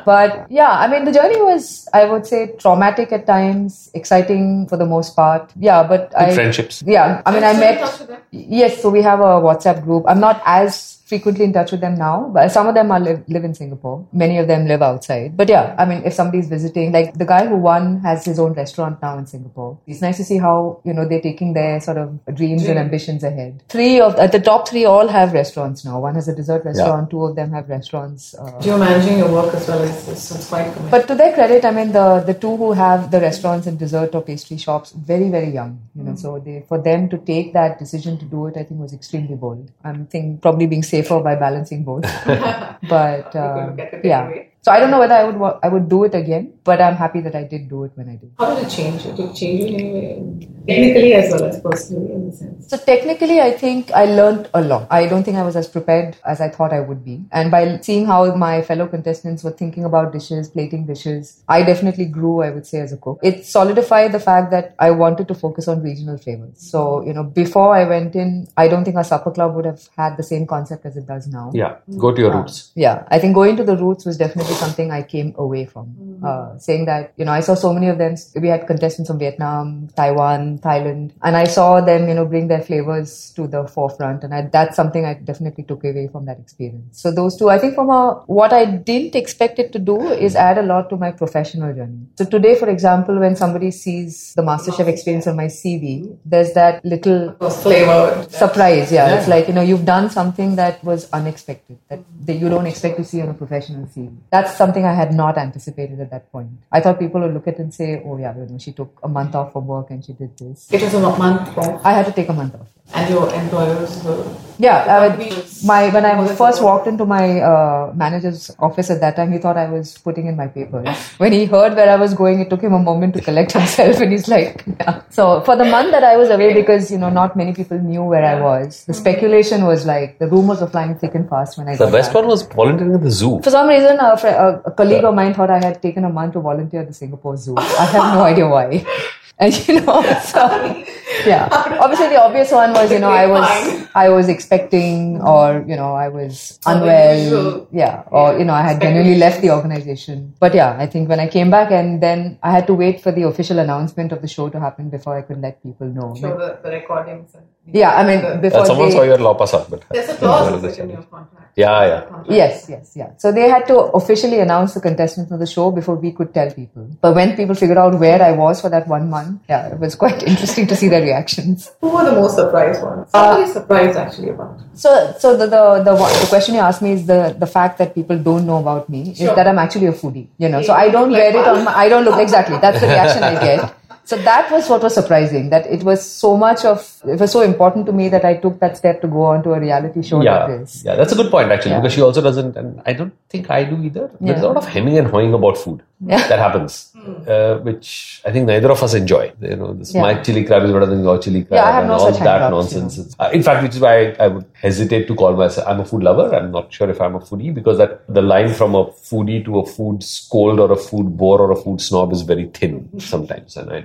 Speaker 4: but yeah, I mean, the journey was, I would say, traumatic at times, exciting for the most part. Yeah, but I
Speaker 5: friendships.
Speaker 4: Yeah, I mean, I met. Yes, so we have a WhatsApp group. I'm not as frequently in touch with them now, but some of them are live, live in Singapore. Many of them live outside. But yeah, I mean, if somebody's visiting, like the guy who won has his own restaurant now in Singapore. It's nice to see how you know they're taking their sort of dreams and ambitions ahead. Three of at the top three all have restaurants now. One has a dessert restaurant. Two of them have restaurants. Uh,
Speaker 6: You're managing your work as well as this. It's quite commendable.
Speaker 4: but to their credit, I mean, the, the two who have the restaurants and dessert or pastry shops, very, very young, you know, so they, for them to take that decision to do it, I think was extremely bold. I'm think probably being safer by balancing both, but, uh,
Speaker 6: get it
Speaker 4: yeah.
Speaker 6: anyway.
Speaker 4: So I don't know whether I would, wa- I would do it again, But I'm happy that I did do it when I did.
Speaker 6: How did it change you? Did it change you in any way? Technically as well as personally in a sense.
Speaker 4: So technically, I think I learned a lot. I don't think I was as prepared as I thought I would be. And by seeing how my fellow contestants were thinking about dishes, plating dishes, I definitely grew, I would say, as a cook. It solidified the fact that I wanted to focus on regional flavors. So, you know, before I went in, I don't think our supper club would have had the same concept as it does now.
Speaker 5: Yeah, go to your roots.
Speaker 4: Yeah, I think going to the roots was definitely something I came away from. Uh, saying that, you know, I saw so many of them. We had contestants from Vietnam, Taiwan, Thailand, and I saw them, you know, bring their flavors to the forefront. And I, that's something I definitely took away from that experience. So those two, I think, from a, what I didn't expect it to do is add a lot to my professional journey. So today, for example, when somebody sees the MasterChef experience on my CV, there's that little
Speaker 6: Flavor.
Speaker 4: surprise yeah. it's like you know you've done something that was unexpected that, that you don't expect to see on a professional scene that's something i had not anticipated at that point i thought people would look at it and say oh yeah you know she took a month off from work and she did this
Speaker 6: It was a month off
Speaker 4: i had to take a month off
Speaker 6: and your employers were
Speaker 4: yeah I would, my when i was first walked into my uh, manager's office at that time he thought i was putting in my papers when he heard where i was going it took him a moment to collect himself and he's like yeah. so for the month that i was away because you know not many people knew where i was the speculation was like the rumors were flying thick and fast when i
Speaker 5: The
Speaker 4: got
Speaker 5: best
Speaker 4: back.
Speaker 5: one was volunteering at the zoo.
Speaker 4: for some reason, a, fr- a, a colleague of mine thought I had taken a month to volunteer at the Singapore Zoo. I have no idea why. And you know, so yeah. Obviously, the obvious one was you know I was I was expecting or you know I was unwell, yeah, or you know I had genuinely left the organization. But yeah, I think when I came back and then I had to wait for the official announcement of the show to happen before I could let people know.
Speaker 6: sure the, the recordings. and-
Speaker 4: Yeah, I mean before
Speaker 5: Uh, someone
Speaker 4: they-
Speaker 5: saw your lapasa, but
Speaker 6: There's a clause in your contract.
Speaker 5: Yeah, yeah.
Speaker 6: Contract.
Speaker 4: Yes, yes, yeah. So they had to officially announce the contestants of the show before we could tell people. But when people figured out where I was for that one month, yeah, it was quite interesting to see their reactions.
Speaker 6: Who were the most surprised ones? Somebody surprised actually about.
Speaker 4: So, so the the, the, one, the question you asked me is the the fact that people don't know about me is that I'm actually a foodie. You know, so I don't wear it on. My, I don't look exactly. That's the reaction I get. So that was what was surprising. That it was so much of it was so important to me that I took that step to go on to a reality show
Speaker 5: yeah,
Speaker 4: like this.
Speaker 5: yeah, that's a good point actually
Speaker 4: Yeah.
Speaker 5: because she also doesn't, and I don't think I do either. There's a
Speaker 4: Yeah.
Speaker 5: lot of hemming and hawing about food
Speaker 4: Yeah.
Speaker 5: that happens, uh, which I think neither of us enjoy. You know, this
Speaker 4: Yeah.
Speaker 5: my chili crab is better than your chili crab,
Speaker 4: I have
Speaker 5: and
Speaker 4: no
Speaker 5: all
Speaker 4: such
Speaker 5: that
Speaker 4: hangups,
Speaker 5: nonsense.
Speaker 4: you
Speaker 5: It's- uh, in fact, which is why I, I would hesitate to call myself. I'm a food lover. I'm not sure if I'm a foodie because that the line from a foodie to a food scold or a food bore or a food snob is very thin sometimes, and I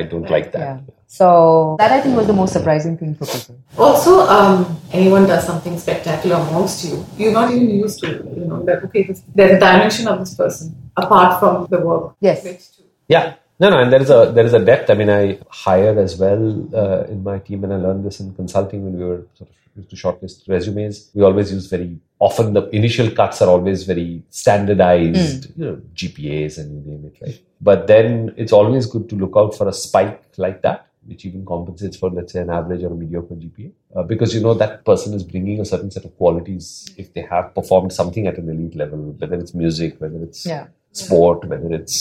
Speaker 5: I don't like that.
Speaker 4: Yeah. So that I think was the most surprising thing for people.
Speaker 6: Also, um, anyone does something spectacular amongst you, you're not even used to. it, You know that okay, this, there's a dimension of this person apart from the work.
Speaker 4: Yes.
Speaker 6: Which too.
Speaker 5: Yeah. No, no, and there is a there is a depth. I mean, I hired as well uh, in my team, and I learned this in consulting when we were sort of used to shortlist resumes. We always use very often the initial cuts are always very standardized, you know, GPAs and you name it, right? But then it's always good to look out for a spike like that, which even compensates for let's say an average or a mediocre GPA, uh, because you know that person is bringing a certain set of qualities if they have performed something at an elite level, whether it's music, whether it's
Speaker 4: Yeah.
Speaker 5: sport, whether it's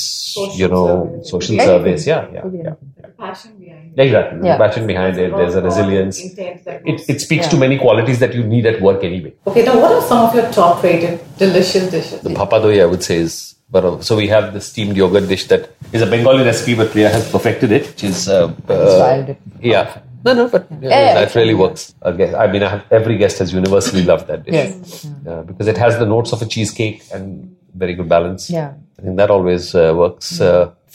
Speaker 5: you know
Speaker 6: service.
Speaker 5: social
Speaker 4: Anything.
Speaker 5: service. Yeah, yeah,
Speaker 4: Could be
Speaker 5: yeah.
Speaker 6: The passion behind. it.
Speaker 5: Exactly. The
Speaker 4: Yeah.
Speaker 5: passion behind it. There's a resilience.
Speaker 6: Intent that
Speaker 5: It,
Speaker 6: goes-
Speaker 5: it speaks
Speaker 4: Yeah.
Speaker 5: to many qualities that you need at work anyway.
Speaker 6: okay, now what are some of your top-rated delicious dishes?
Speaker 5: The papadoi, I would say, is but uh, so we have the steamed yogurt dish that is a Bengali recipe, but Priya has perfected it, which is uh,
Speaker 4: wild.
Speaker 5: uh, yeah. No, no, but yeah,
Speaker 4: Yeah, yeah,
Speaker 5: that really works. Again, I mean, I have, every guest has universally loved that dish
Speaker 4: Yes.
Speaker 5: uh, because it has the notes of a cheesecake and very good balance.
Speaker 4: Yeah.
Speaker 5: I think that always uh, works. Uh,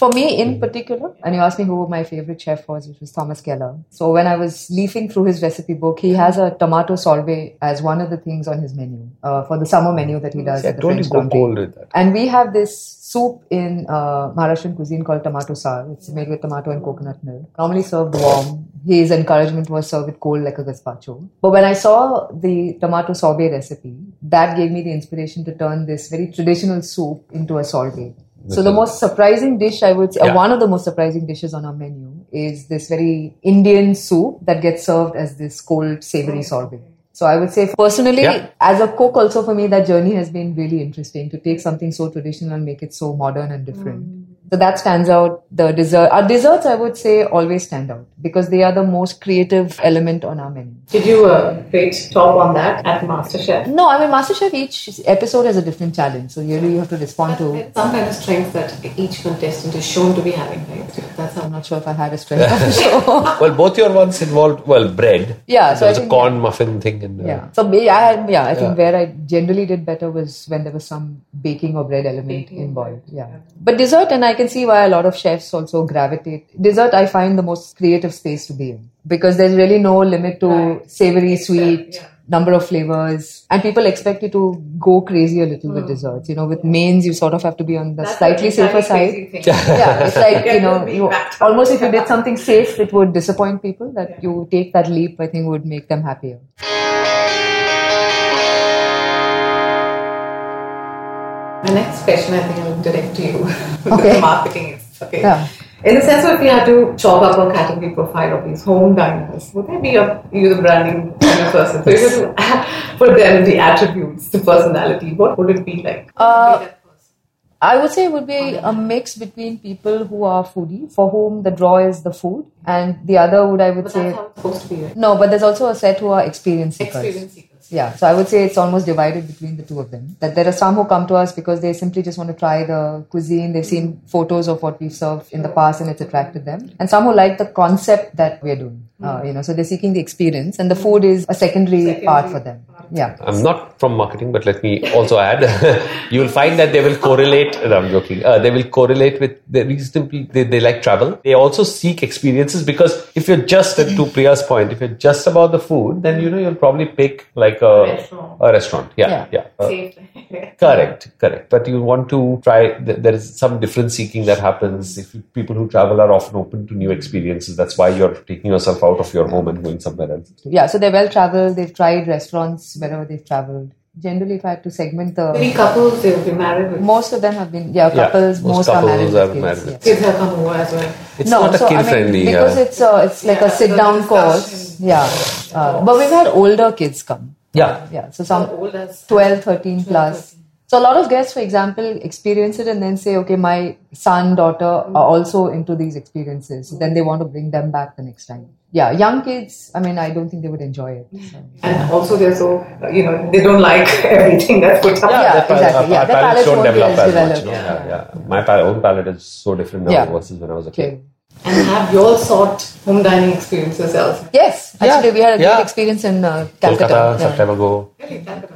Speaker 4: For me in particular, and you asked me who my favorite chef was, which was Thomas Keller. So when I was leafing through his recipe book, he has a tomato solvay as one of the things on his menu uh, for the summer menu that he does.
Speaker 5: Yeah,
Speaker 4: at the
Speaker 5: don't
Speaker 4: French
Speaker 5: go
Speaker 4: Laundry.
Speaker 5: cold with that.
Speaker 4: And we have this soup in uh, Maharashtrian cuisine called tomato sal. It's made with tomato and coconut milk. Normally served warm. His encouragement was serve it cold like a gazpacho. But when I saw the tomato sorbet recipe, that gave me the inspiration to turn this very traditional soup into a sorbet. So the most surprising dish I would say,
Speaker 5: Yeah.
Speaker 4: uh, one of the most surprising dishes on our menu is this very Indian soup that gets served as this cold savory sorbet. So I would say personally,
Speaker 5: Yeah.
Speaker 4: as a cook also for me that journey has been really interesting to take something so traditional and make it so modern and different So that stands out. The dessert, our desserts, I would say, always stand out because they are the most creative element on our menu.
Speaker 6: Did you uh, great talk on that at MasterChef?
Speaker 4: No, I mean MasterChef. Each episode has a different challenge, so really you have to respond to.
Speaker 6: It's some kind of strength that each contestant is shown to be having, right? That's how
Speaker 4: I'm not sure if I had a strength on the show.
Speaker 5: Well, both your ones involved, well, bread.
Speaker 4: Yeah, so
Speaker 5: there
Speaker 4: I
Speaker 5: was a
Speaker 4: think-
Speaker 5: corn muffin thing. And, uh,
Speaker 4: yeah. So me, I had yeah. I think where I generally did better was when there was some baking or bread element involved. Yeah. But dessert, and I can see why a lot of chefs also gravitate. Dessert, I find the most creative space to be in because there's really no limit to savory, sweet. Number of flavors, and people expect you to go crazy a little with desserts. You know, with mains, you sort of have to be on Hmm. the slightly safer side yeah, it's like you know, you, almost if you did something safe, it would disappoint people. That you take that leap, I think, would make them happier.
Speaker 6: My next question, I think I'll direct to you.
Speaker 4: Okay.
Speaker 6: because marketing is okay.
Speaker 4: Yeah.
Speaker 6: In the sense, of if you had to chop up a category profile of these home diners, would there be a you the branding kind of person? So if you were to put them the attributes, the personality, what would it be like?
Speaker 4: Uh, I would say it would be a mix between people who are foodie, for whom the draw is the food, and the other would I would
Speaker 6: But
Speaker 4: say
Speaker 6: that's how it's supposed to be, right?
Speaker 4: no. But there's also a set who are experience seekers.
Speaker 6: Experience seekers.
Speaker 4: Yeah, so I would say it's almost divided between the two of them. That there are some who come to us because they simply just want to try the cuisine. They've
Speaker 6: Mm-hmm.
Speaker 4: seen photos of what we've served in the past and it's attracted them. And some who like the concept that we're doing.
Speaker 6: Mm-hmm.
Speaker 4: Uh, you know, so they're seeking the experience, and the food is a secondary, part for them. Yeah.
Speaker 5: I'm not from marketing, but let me also add. you will find that they will correlate. No, I'm joking. Uh, they will correlate with the reasonably. They, they like travel. They also seek experiences because if you're just at to Priya's point, if you're just about the food, then you know you'll probably pick like a
Speaker 6: Restaurant.
Speaker 5: a restaurant. Yeah, yeah. Uh, Correct, correct. But you want to try. Th- there is some different seeking that happens. If you- people who travel are often open to new experiences, that's why you're taking yourself out of your home and going somewhere else.
Speaker 4: Yeah, so they're well traveled, they've tried restaurants wherever they've traveled. Generally, if I had to segment the
Speaker 6: Maybe couples, they would be married with
Speaker 4: most of them have been, yeah,
Speaker 5: Yeah,
Speaker 4: couples,
Speaker 5: most
Speaker 4: most,
Speaker 5: couples
Speaker 4: are married. with
Speaker 5: are
Speaker 4: kids,
Speaker 5: married with
Speaker 4: yeah.
Speaker 6: kids have come over as well.
Speaker 5: It's not a
Speaker 4: so, I
Speaker 5: kid
Speaker 4: mean,
Speaker 5: friendly.
Speaker 4: because
Speaker 5: yeah.
Speaker 4: it's a, it's like a sit down course. Yeah, uh, but we've had older kids come.
Speaker 5: yeah,
Speaker 4: Yeah, so some
Speaker 6: Old as
Speaker 4: 12, 13 plus. So a lot of guests, for example, experience it and then say, okay, my son, daughter are also into these experiences. So then they want to bring them back the next time. Yeah, young kids. I mean, I don't think they would enjoy it. So.
Speaker 6: and also they're so you know they don't like everything that's put up.
Speaker 4: Yeah,
Speaker 5: their pal-
Speaker 4: exactly.
Speaker 5: our-
Speaker 4: Yeah,
Speaker 5: our
Speaker 4: their
Speaker 5: palates
Speaker 4: palate
Speaker 5: don't
Speaker 4: won't be
Speaker 5: develop
Speaker 4: as
Speaker 5: as much.
Speaker 4: developed.
Speaker 5: no?
Speaker 4: Yeah.
Speaker 5: Yeah, yeah. My pal- own palate is so different now
Speaker 4: Yeah.
Speaker 5: versus when I was a kid.
Speaker 4: Okay.
Speaker 6: And have you all sought home dining experiences elsewhere?
Speaker 4: Yes, actually, we had a
Speaker 5: yeah.
Speaker 4: great experience in uh, Calcutta.
Speaker 5: Kolkata,
Speaker 4: Yeah.
Speaker 5: some time ago.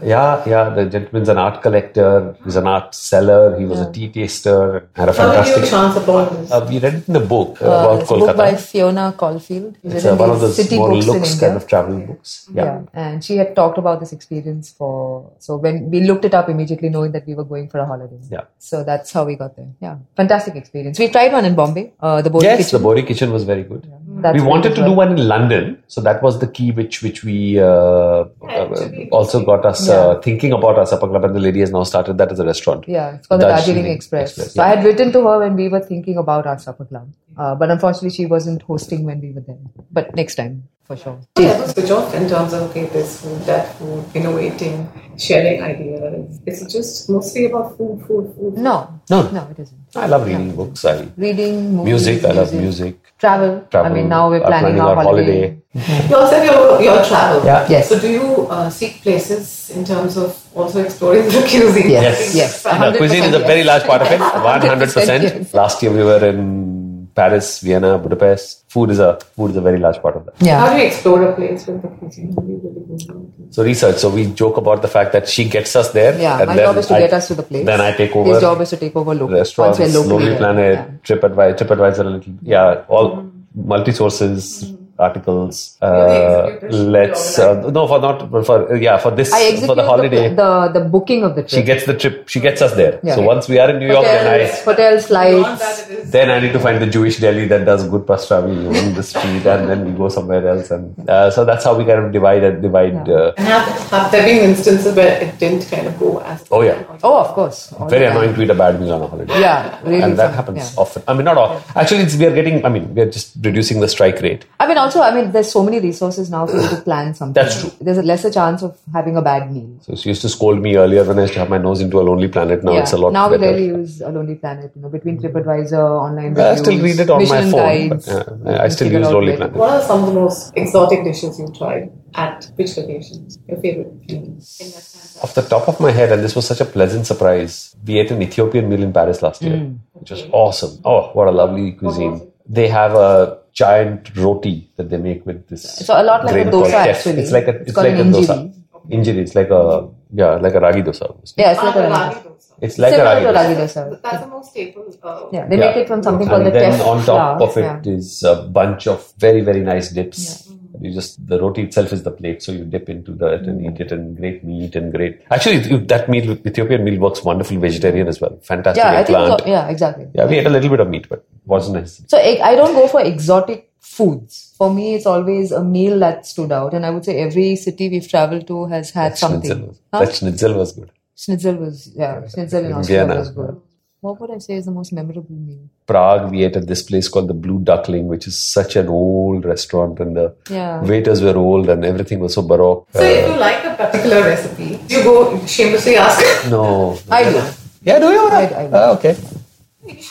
Speaker 5: Yeah, yeah. The gentleman's an art collector. He's an art seller. He was a tea taster. Had a
Speaker 6: How did you
Speaker 5: fantastic.
Speaker 6: chance upon this?
Speaker 5: Uh, we read it in the book uh,
Speaker 4: Uh,
Speaker 5: about
Speaker 4: it's a
Speaker 5: Kolkata.
Speaker 4: book by Fiona Caulfield. It was
Speaker 5: it's
Speaker 4: in
Speaker 5: uh, one of
Speaker 4: the
Speaker 5: those
Speaker 4: city
Speaker 5: more
Speaker 4: books in
Speaker 5: looks
Speaker 4: India.
Speaker 5: kind of travel books.
Speaker 4: yeah.
Speaker 5: Yeah.
Speaker 4: and she had talked about this experience for so when we looked it up immediately knowing that we were going for a holiday
Speaker 5: Yeah.
Speaker 4: so that's how we got there yeah fantastic experience we tried one in bombay uh, the Bodhi
Speaker 5: Yes,
Speaker 4: kitchen
Speaker 5: the Bori kitchen was very good.
Speaker 4: Mm. That's
Speaker 5: we
Speaker 4: good
Speaker 5: wanted
Speaker 4: as
Speaker 5: to
Speaker 4: well.
Speaker 5: do one in London, so that was the key which which we uh, uh, also got us uh, thinking about our supper club, and the lady has now started that as a restaurant.
Speaker 4: yeah it's called the
Speaker 5: Darjeeling
Speaker 4: darjeeling express,
Speaker 5: Express,
Speaker 4: so
Speaker 5: yeah.
Speaker 4: i had written to her when we were thinking about our supper club uh, but unfortunately she wasn't hosting when we were there but next time for sure
Speaker 6: Yeah, those switch off in terms of okay, this food, that food, innovating, sharing ideas. It's just mostly about food, food, food.
Speaker 4: no
Speaker 5: No.
Speaker 4: no it isn't
Speaker 5: I love reading books. I
Speaker 4: reading movies,
Speaker 5: music. I love music.
Speaker 4: Travel.
Speaker 5: Travel.
Speaker 4: i mean now we're
Speaker 5: Uh,
Speaker 4: planning, our holiday
Speaker 6: You also have your, your travel.
Speaker 5: Yeah.
Speaker 4: Yes.
Speaker 6: So do you uh, seek places in terms of also exploring the cuisine?
Speaker 4: Yes. Yes.
Speaker 5: No, cuisine is a
Speaker 4: 100%
Speaker 5: very large part of it. One hundred
Speaker 4: 100% yes.
Speaker 5: percent. Last year we were in Paris, Vienna, Budapest. Food is a food is a very large part of that.
Speaker 4: yeah
Speaker 6: How do you explore a place with the cuisine? How do you really go about it?
Speaker 5: So research. So we joke about the fact that she gets us there.
Speaker 4: Yeah,
Speaker 5: and
Speaker 4: my
Speaker 5: then
Speaker 4: job is to
Speaker 5: I-
Speaker 4: get us to the place.
Speaker 5: Then I take over.
Speaker 4: His job is to take over local
Speaker 5: restaurants,
Speaker 4: once we're locally
Speaker 5: Lonely
Speaker 4: there.
Speaker 5: Planet,
Speaker 4: Yeah.
Speaker 5: TripAdvisor, TripAdvisor, a little, yeah, all multi sources,
Speaker 4: Mm-hmm.
Speaker 5: articles.
Speaker 6: the
Speaker 5: Uh,
Speaker 6: executor,
Speaker 5: let's
Speaker 6: you're
Speaker 5: uh, no for not for yeah for this
Speaker 4: I execute
Speaker 5: for the holiday.
Speaker 4: the, the booking of the trip.
Speaker 5: she gets the trip. She gets us there.
Speaker 4: Yeah.
Speaker 5: So once we are in New York, then
Speaker 4: hotels,
Speaker 5: I
Speaker 4: hotel
Speaker 6: Beyond
Speaker 4: flights.
Speaker 6: that, it is
Speaker 5: then I need to find the Jewish deli that does good pastrami in the street, and then we go somewhere else. And uh, so that's how we kind of divide and divide. Uh,
Speaker 6: And have, have there been instances where it didn't kind of go as
Speaker 5: Oh, yeah.
Speaker 4: Oh, of course. all
Speaker 5: very
Speaker 4: the time.
Speaker 5: annoying to eat a bad meal on a holiday.
Speaker 4: Yeah, really.
Speaker 5: And that
Speaker 4: fun,
Speaker 5: happens
Speaker 4: yeah.
Speaker 5: often. I mean, not all. Actually, it's we are getting. I mean, we are just reducing the strike rate.
Speaker 4: I mean, also, I mean, there's so many resources now for you to plan something.
Speaker 5: That's true.
Speaker 4: There's a lesser chance of having a bad meal.
Speaker 5: So she used to scold me earlier when I used to have my nose into a lonely planet. Now
Speaker 4: yeah.
Speaker 5: it's a lot
Speaker 4: now
Speaker 5: better. Mm.
Speaker 4: we rarely use a Lonely Planet. You know, between TripAdvisor, online
Speaker 5: I
Speaker 4: reviews,
Speaker 5: still read it on my
Speaker 4: Michelin
Speaker 5: phone. But,
Speaker 4: guides,
Speaker 5: uh,
Speaker 4: you
Speaker 5: I
Speaker 4: can
Speaker 5: still
Speaker 4: figure
Speaker 5: use
Speaker 4: out
Speaker 5: Lonely
Speaker 4: where to
Speaker 5: Planet.
Speaker 6: What are some of the most exotic dishes you've tried at which locations? Your favorite cuisines? In restaurants?
Speaker 5: Off the top of my head, and this was such a pleasant surprise, we ate an Ethiopian meal in Paris last year,
Speaker 4: Hmm.
Speaker 5: which was awesome. Oh, what a lovely cuisine. They have a giant roti that they make with this.
Speaker 4: So a lot like a
Speaker 5: grain called
Speaker 4: dosa,
Speaker 5: teff.
Speaker 4: actually.
Speaker 5: It's like a,
Speaker 4: It's
Speaker 5: it's,
Speaker 4: called
Speaker 5: like a
Speaker 4: an
Speaker 5: dosa. Injiri. It's like a, yeah, like a ragi dosa. almost.
Speaker 4: Yeah, it's like a
Speaker 6: Ragi dosa.
Speaker 5: It's like
Speaker 4: similar
Speaker 5: a ragi
Speaker 4: to
Speaker 5: dosa.
Speaker 4: ragi dosa.
Speaker 6: That's the most staple. Uh,
Speaker 4: Yeah, they
Speaker 5: Yeah.
Speaker 4: make it from something called
Speaker 5: and
Speaker 4: the
Speaker 5: then
Speaker 4: teff
Speaker 5: on top
Speaker 4: flour.
Speaker 5: of it is a bunch of very very nice dips you just the roti itself is the plate so you dip into that
Speaker 4: Mm.
Speaker 5: and eat it and great meat and great actually it- that meal ethiopian meal works wonderful vegetarian as well fantastic
Speaker 4: Yeah, yeah I think
Speaker 5: eggplant
Speaker 4: so. Yeah, exactly.
Speaker 5: yeah we ate a little bit of meat but wasn't nice
Speaker 4: So I I don't go for exotic foods. For me, it's always a meal that stood out, and I would say every city we've traveled to has had something.
Speaker 5: schnitzel
Speaker 4: Huh?
Speaker 5: that schnitzel was good
Speaker 4: Schnitzel was yeah, schnitzel in
Speaker 5: In
Speaker 4: Austria
Speaker 5: Vienna.
Speaker 4: was good. What would I say is the most memorable meal?
Speaker 5: Prague, we ate at this place called the Blue Duckling, which is such an old restaurant, and the
Speaker 4: Yeah.
Speaker 5: waiters were old, and everything was so baroque.
Speaker 6: So if you like a particular recipe, you go shamelessly ask.
Speaker 5: no,
Speaker 4: I do.
Speaker 5: yeah, do you?
Speaker 4: I- I-
Speaker 5: Ah, okay.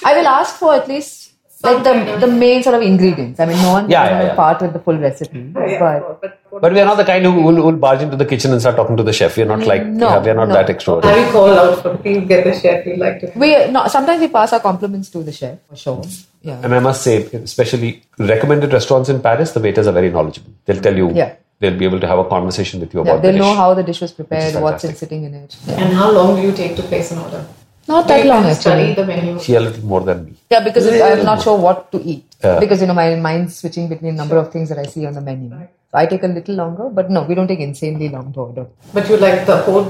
Speaker 4: I will ask for at least like the the main sort of ingredients. I mean, no one
Speaker 5: Yeah,
Speaker 4: can
Speaker 5: yeah, yeah.
Speaker 4: part with the full recipe, but
Speaker 5: But we are not the kind who will, will barge into the kitchen and start talking to the chef. We are not like
Speaker 4: Mm, No,
Speaker 5: yeah, we are not
Speaker 4: no.
Speaker 5: that extroverted.
Speaker 6: Have you called out for please get the chef you like to
Speaker 4: we no. Sometimes we pass our compliments to the chef for sure. Yeah,
Speaker 5: And I must say, especially recommended restaurants in Paris, the waiters are very knowledgeable. They'll tell you.
Speaker 4: Yeah.
Speaker 5: They'll be able to have a conversation with you
Speaker 4: yeah
Speaker 5: about the
Speaker 4: they'll know
Speaker 5: dish.
Speaker 4: how the dish was
Speaker 5: Which
Speaker 4: prepared,
Speaker 5: is
Speaker 4: what's in
Speaker 5: fantastic.
Speaker 4: sitting in it.
Speaker 6: And how long do you take to place an order?
Speaker 4: Not that
Speaker 6: Do you
Speaker 4: long
Speaker 6: Study
Speaker 4: actually.
Speaker 6: the menu.
Speaker 5: She a little more than me.
Speaker 4: Yeah, because if I'm not sure what to eat
Speaker 5: Yeah.
Speaker 4: because you know my mind's switching between number of things that I see on the menu. So I take a little longer, but no, we don't take insanely long to order.
Speaker 6: But you like the whole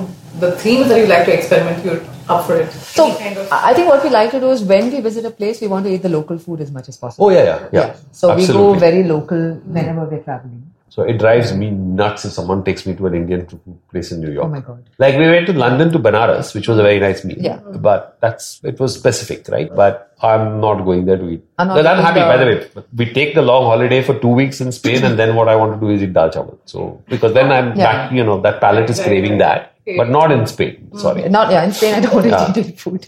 Speaker 6: the themes that you like to experiment. You're up for it.
Speaker 4: So
Speaker 6: Any kind of-
Speaker 4: I I think what we like to do is when we visit a place, we want to eat the local food as much as possible.
Speaker 5: Oh yeah, yeah, yeah.
Speaker 4: So
Speaker 5: Absolutely.
Speaker 4: we go very local whenever we're traveling.
Speaker 5: So it drives me nuts if someone takes me to an Indian food place in New York.
Speaker 4: Oh my God.
Speaker 5: Like we went to London to Banaras, which was a very nice meal.
Speaker 4: Yeah.
Speaker 5: But that's it was specific, right? But I'm not going there to eat.
Speaker 4: I'm
Speaker 5: I'm,
Speaker 4: not
Speaker 5: I'm
Speaker 4: eating
Speaker 5: happy,
Speaker 4: the-
Speaker 5: by the way. but We take the long holiday for two weeks in Spain, and then what I want to do is eat dal chawal. So because then I'm
Speaker 4: Yeah.
Speaker 5: back, you know, that palate is craving that, but not in Spain. Sorry.
Speaker 4: Not yeah, in Spain I don't
Speaker 5: Yeah.
Speaker 4: eat Indian food.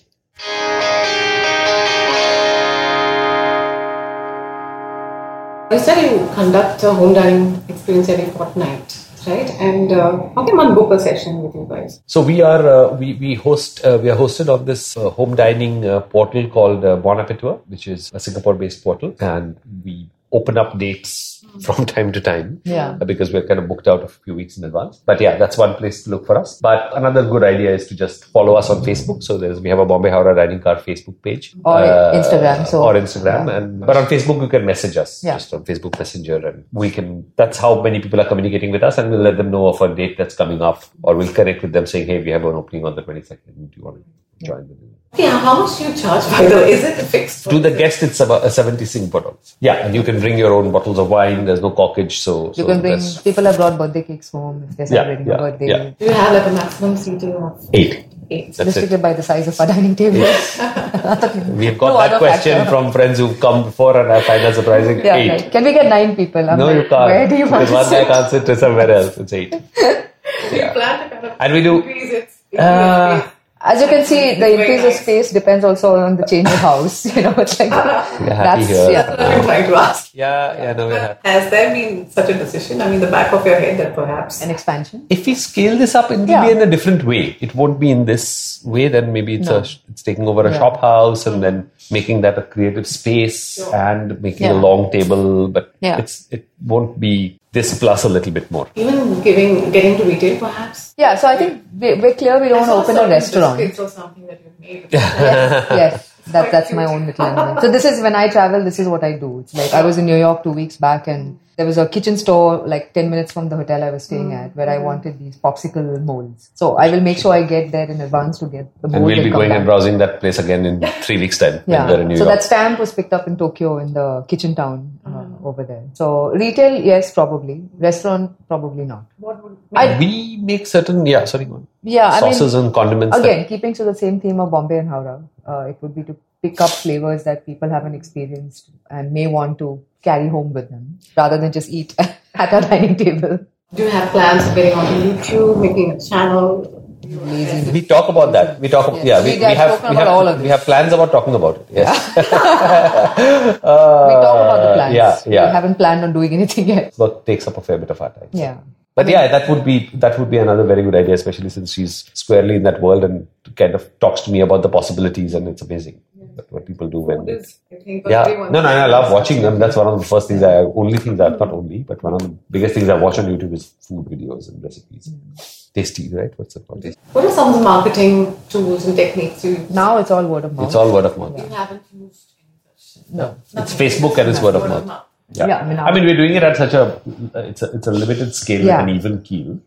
Speaker 6: You said you conduct a home dining experience every fortnight, right? And uh, how can one book a session with you guys?
Speaker 5: So we are uh, we we host uh, we are hosted on this uh, home dining uh, portal called uh, Bon Appetit, which is a Singapore-based portal, and we open up dates from time to time.
Speaker 4: Yeah.
Speaker 5: uh, because we're kind of booked out a few weeks in advance. But yeah, that's one place to look for us. But another good idea is to just follow us on Facebook. So there's we have a Bombay Howrah Dining Car Facebook page
Speaker 4: Or Instagram, so-
Speaker 5: Uh, or Instagram, and but on Facebook you can message us
Speaker 4: Yeah.
Speaker 5: just on Facebook Messenger, and we can. That's how many people are communicating with us, and we'll let them know of a date that's coming up, or we'll connect with them saying, "Hey, we have an opening on the 22nd. Do you want to join?" the dinner?"
Speaker 6: Yeah, how much do you charge by the way? Is it fixed?
Speaker 5: To the guest, it's about a 70 Sing bottles. Yeah, and you can bring your own bottles of wine. There's no corkage, so
Speaker 4: You
Speaker 5: so
Speaker 4: can bring
Speaker 5: there's-
Speaker 4: people have brought birthday cakes home if they're
Speaker 5: Yeah,
Speaker 4: celebrating
Speaker 5: yeah,
Speaker 4: a birthday.
Speaker 5: yeah.
Speaker 6: Do you have like a maximum seating of
Speaker 5: eight.
Speaker 6: eight?
Speaker 5: That's it.
Speaker 4: Restricted by the size of our dining table.
Speaker 5: We've got
Speaker 4: No
Speaker 5: that
Speaker 4: other
Speaker 5: question
Speaker 4: factor.
Speaker 5: from friends who've come before, and I find that surprising.
Speaker 4: Yeah,
Speaker 5: eight.
Speaker 4: right. Can we get nine people? I'm
Speaker 5: No,
Speaker 4: like,
Speaker 5: you can't.
Speaker 4: Where do you want
Speaker 5: There's
Speaker 4: to
Speaker 5: one guy
Speaker 4: sit?
Speaker 5: can't sit to somewhere else. It's eight.
Speaker 6: You plan to kind of
Speaker 5: And we do-
Speaker 6: increase it.
Speaker 5: Uh,
Speaker 4: As you can see, the
Speaker 6: Very
Speaker 4: increase of
Speaker 6: nice.
Speaker 4: space depends also on the change of house. You know, it's like that's
Speaker 5: here.
Speaker 4: yeah.
Speaker 6: I'm trying to ask.
Speaker 5: Yeah, yeah, no, we have.
Speaker 6: Has there been such a decision? I mean, the back of your head that perhaps
Speaker 4: An expansion.
Speaker 5: If we scale this up, it'll
Speaker 4: Yeah.
Speaker 5: be in a different way. It won't be in this way. Then maybe it's
Speaker 4: No.
Speaker 5: a, it's taking over a
Speaker 4: Yeah.
Speaker 5: shop house and then making that a creative space and making
Speaker 4: Yeah.
Speaker 5: a long table. But
Speaker 4: Yeah.
Speaker 5: it's it won't be this plus a little bit more.
Speaker 6: even giving getting to retail perhaps.
Speaker 4: Yeah, so I think we, we're clear we don't
Speaker 6: I saw
Speaker 4: open a
Speaker 6: some
Speaker 4: restaurant.
Speaker 6: biscuits or something that you've made.
Speaker 4: yes, yes. That,
Speaker 6: quite
Speaker 4: that's
Speaker 6: cute.
Speaker 4: my own little animal. So this is when I travel, this is what I do. It's like I was in New York two weeks back and there was a kitchen store like 10 minutes from the hotel I was staying at where I wanted these popsicle molds. So I will make sure I get there in advance to get the mold.
Speaker 5: And we'll be
Speaker 4: come
Speaker 5: going
Speaker 4: back.
Speaker 5: and browsing that place again in three weeks' time when we're in
Speaker 4: Yeah.
Speaker 5: New
Speaker 4: So
Speaker 5: York.
Speaker 4: that stamp was picked up in Tokyo in the kitchen town uh, over there. So retail, yes, probably. Restaurant, probably not.
Speaker 6: What would
Speaker 4: I-
Speaker 5: we make certain, yeah, sorry, go on.
Speaker 4: Yeah, I mean,
Speaker 5: sauces and condiments. that-
Speaker 4: again, keeping to the same theme of Bombay and Howrah, uh, it would be to pick up flavors that people haven't experienced and may want to carry home with them rather than just eat at our dining table.
Speaker 6: do you have plans of getting onto YouTube, making a channel?
Speaker 4: Laziness.
Speaker 5: we talk about that. We talk.
Speaker 4: Yes.
Speaker 5: Yeah,
Speaker 4: We
Speaker 5: we, we
Speaker 4: have
Speaker 5: have
Speaker 4: spoken
Speaker 5: we
Speaker 4: about
Speaker 5: have
Speaker 4: all of
Speaker 5: we have plans about talking about it. Yes.
Speaker 4: we talk about the
Speaker 5: Uh,
Speaker 4: plans.
Speaker 5: Yeah,
Speaker 4: We
Speaker 5: yeah.
Speaker 4: haven't planned on doing anything yet.
Speaker 5: Work takes up a fair bit of our time.
Speaker 4: Yeah.
Speaker 5: But yeah, that would be that would be another very good idea, especially since she's squarely in that world and kind of talks to me about the possibilities, and it's amazing that what people do when. they-
Speaker 6: This, I think,
Speaker 5: Yeah,
Speaker 6: everyone-
Speaker 5: no, no, I love watching them. That's one of the first things I only things I not only, but one of the biggest things I watch on YouTube is food videos and recipes. Tasty, right? What's it called?
Speaker 6: What are some of the marketing tools and techniques you use?
Speaker 4: Now it's all word of mouth.
Speaker 5: It's all word of mouth.
Speaker 6: You haven't used any such
Speaker 4: no.
Speaker 5: It's Facebook and it's word of mouth. Yeah.
Speaker 4: Yeah, I mean,
Speaker 5: I mean, we're doing it at such a it's a, it's a limited scale
Speaker 4: Yeah.
Speaker 5: with an even keel.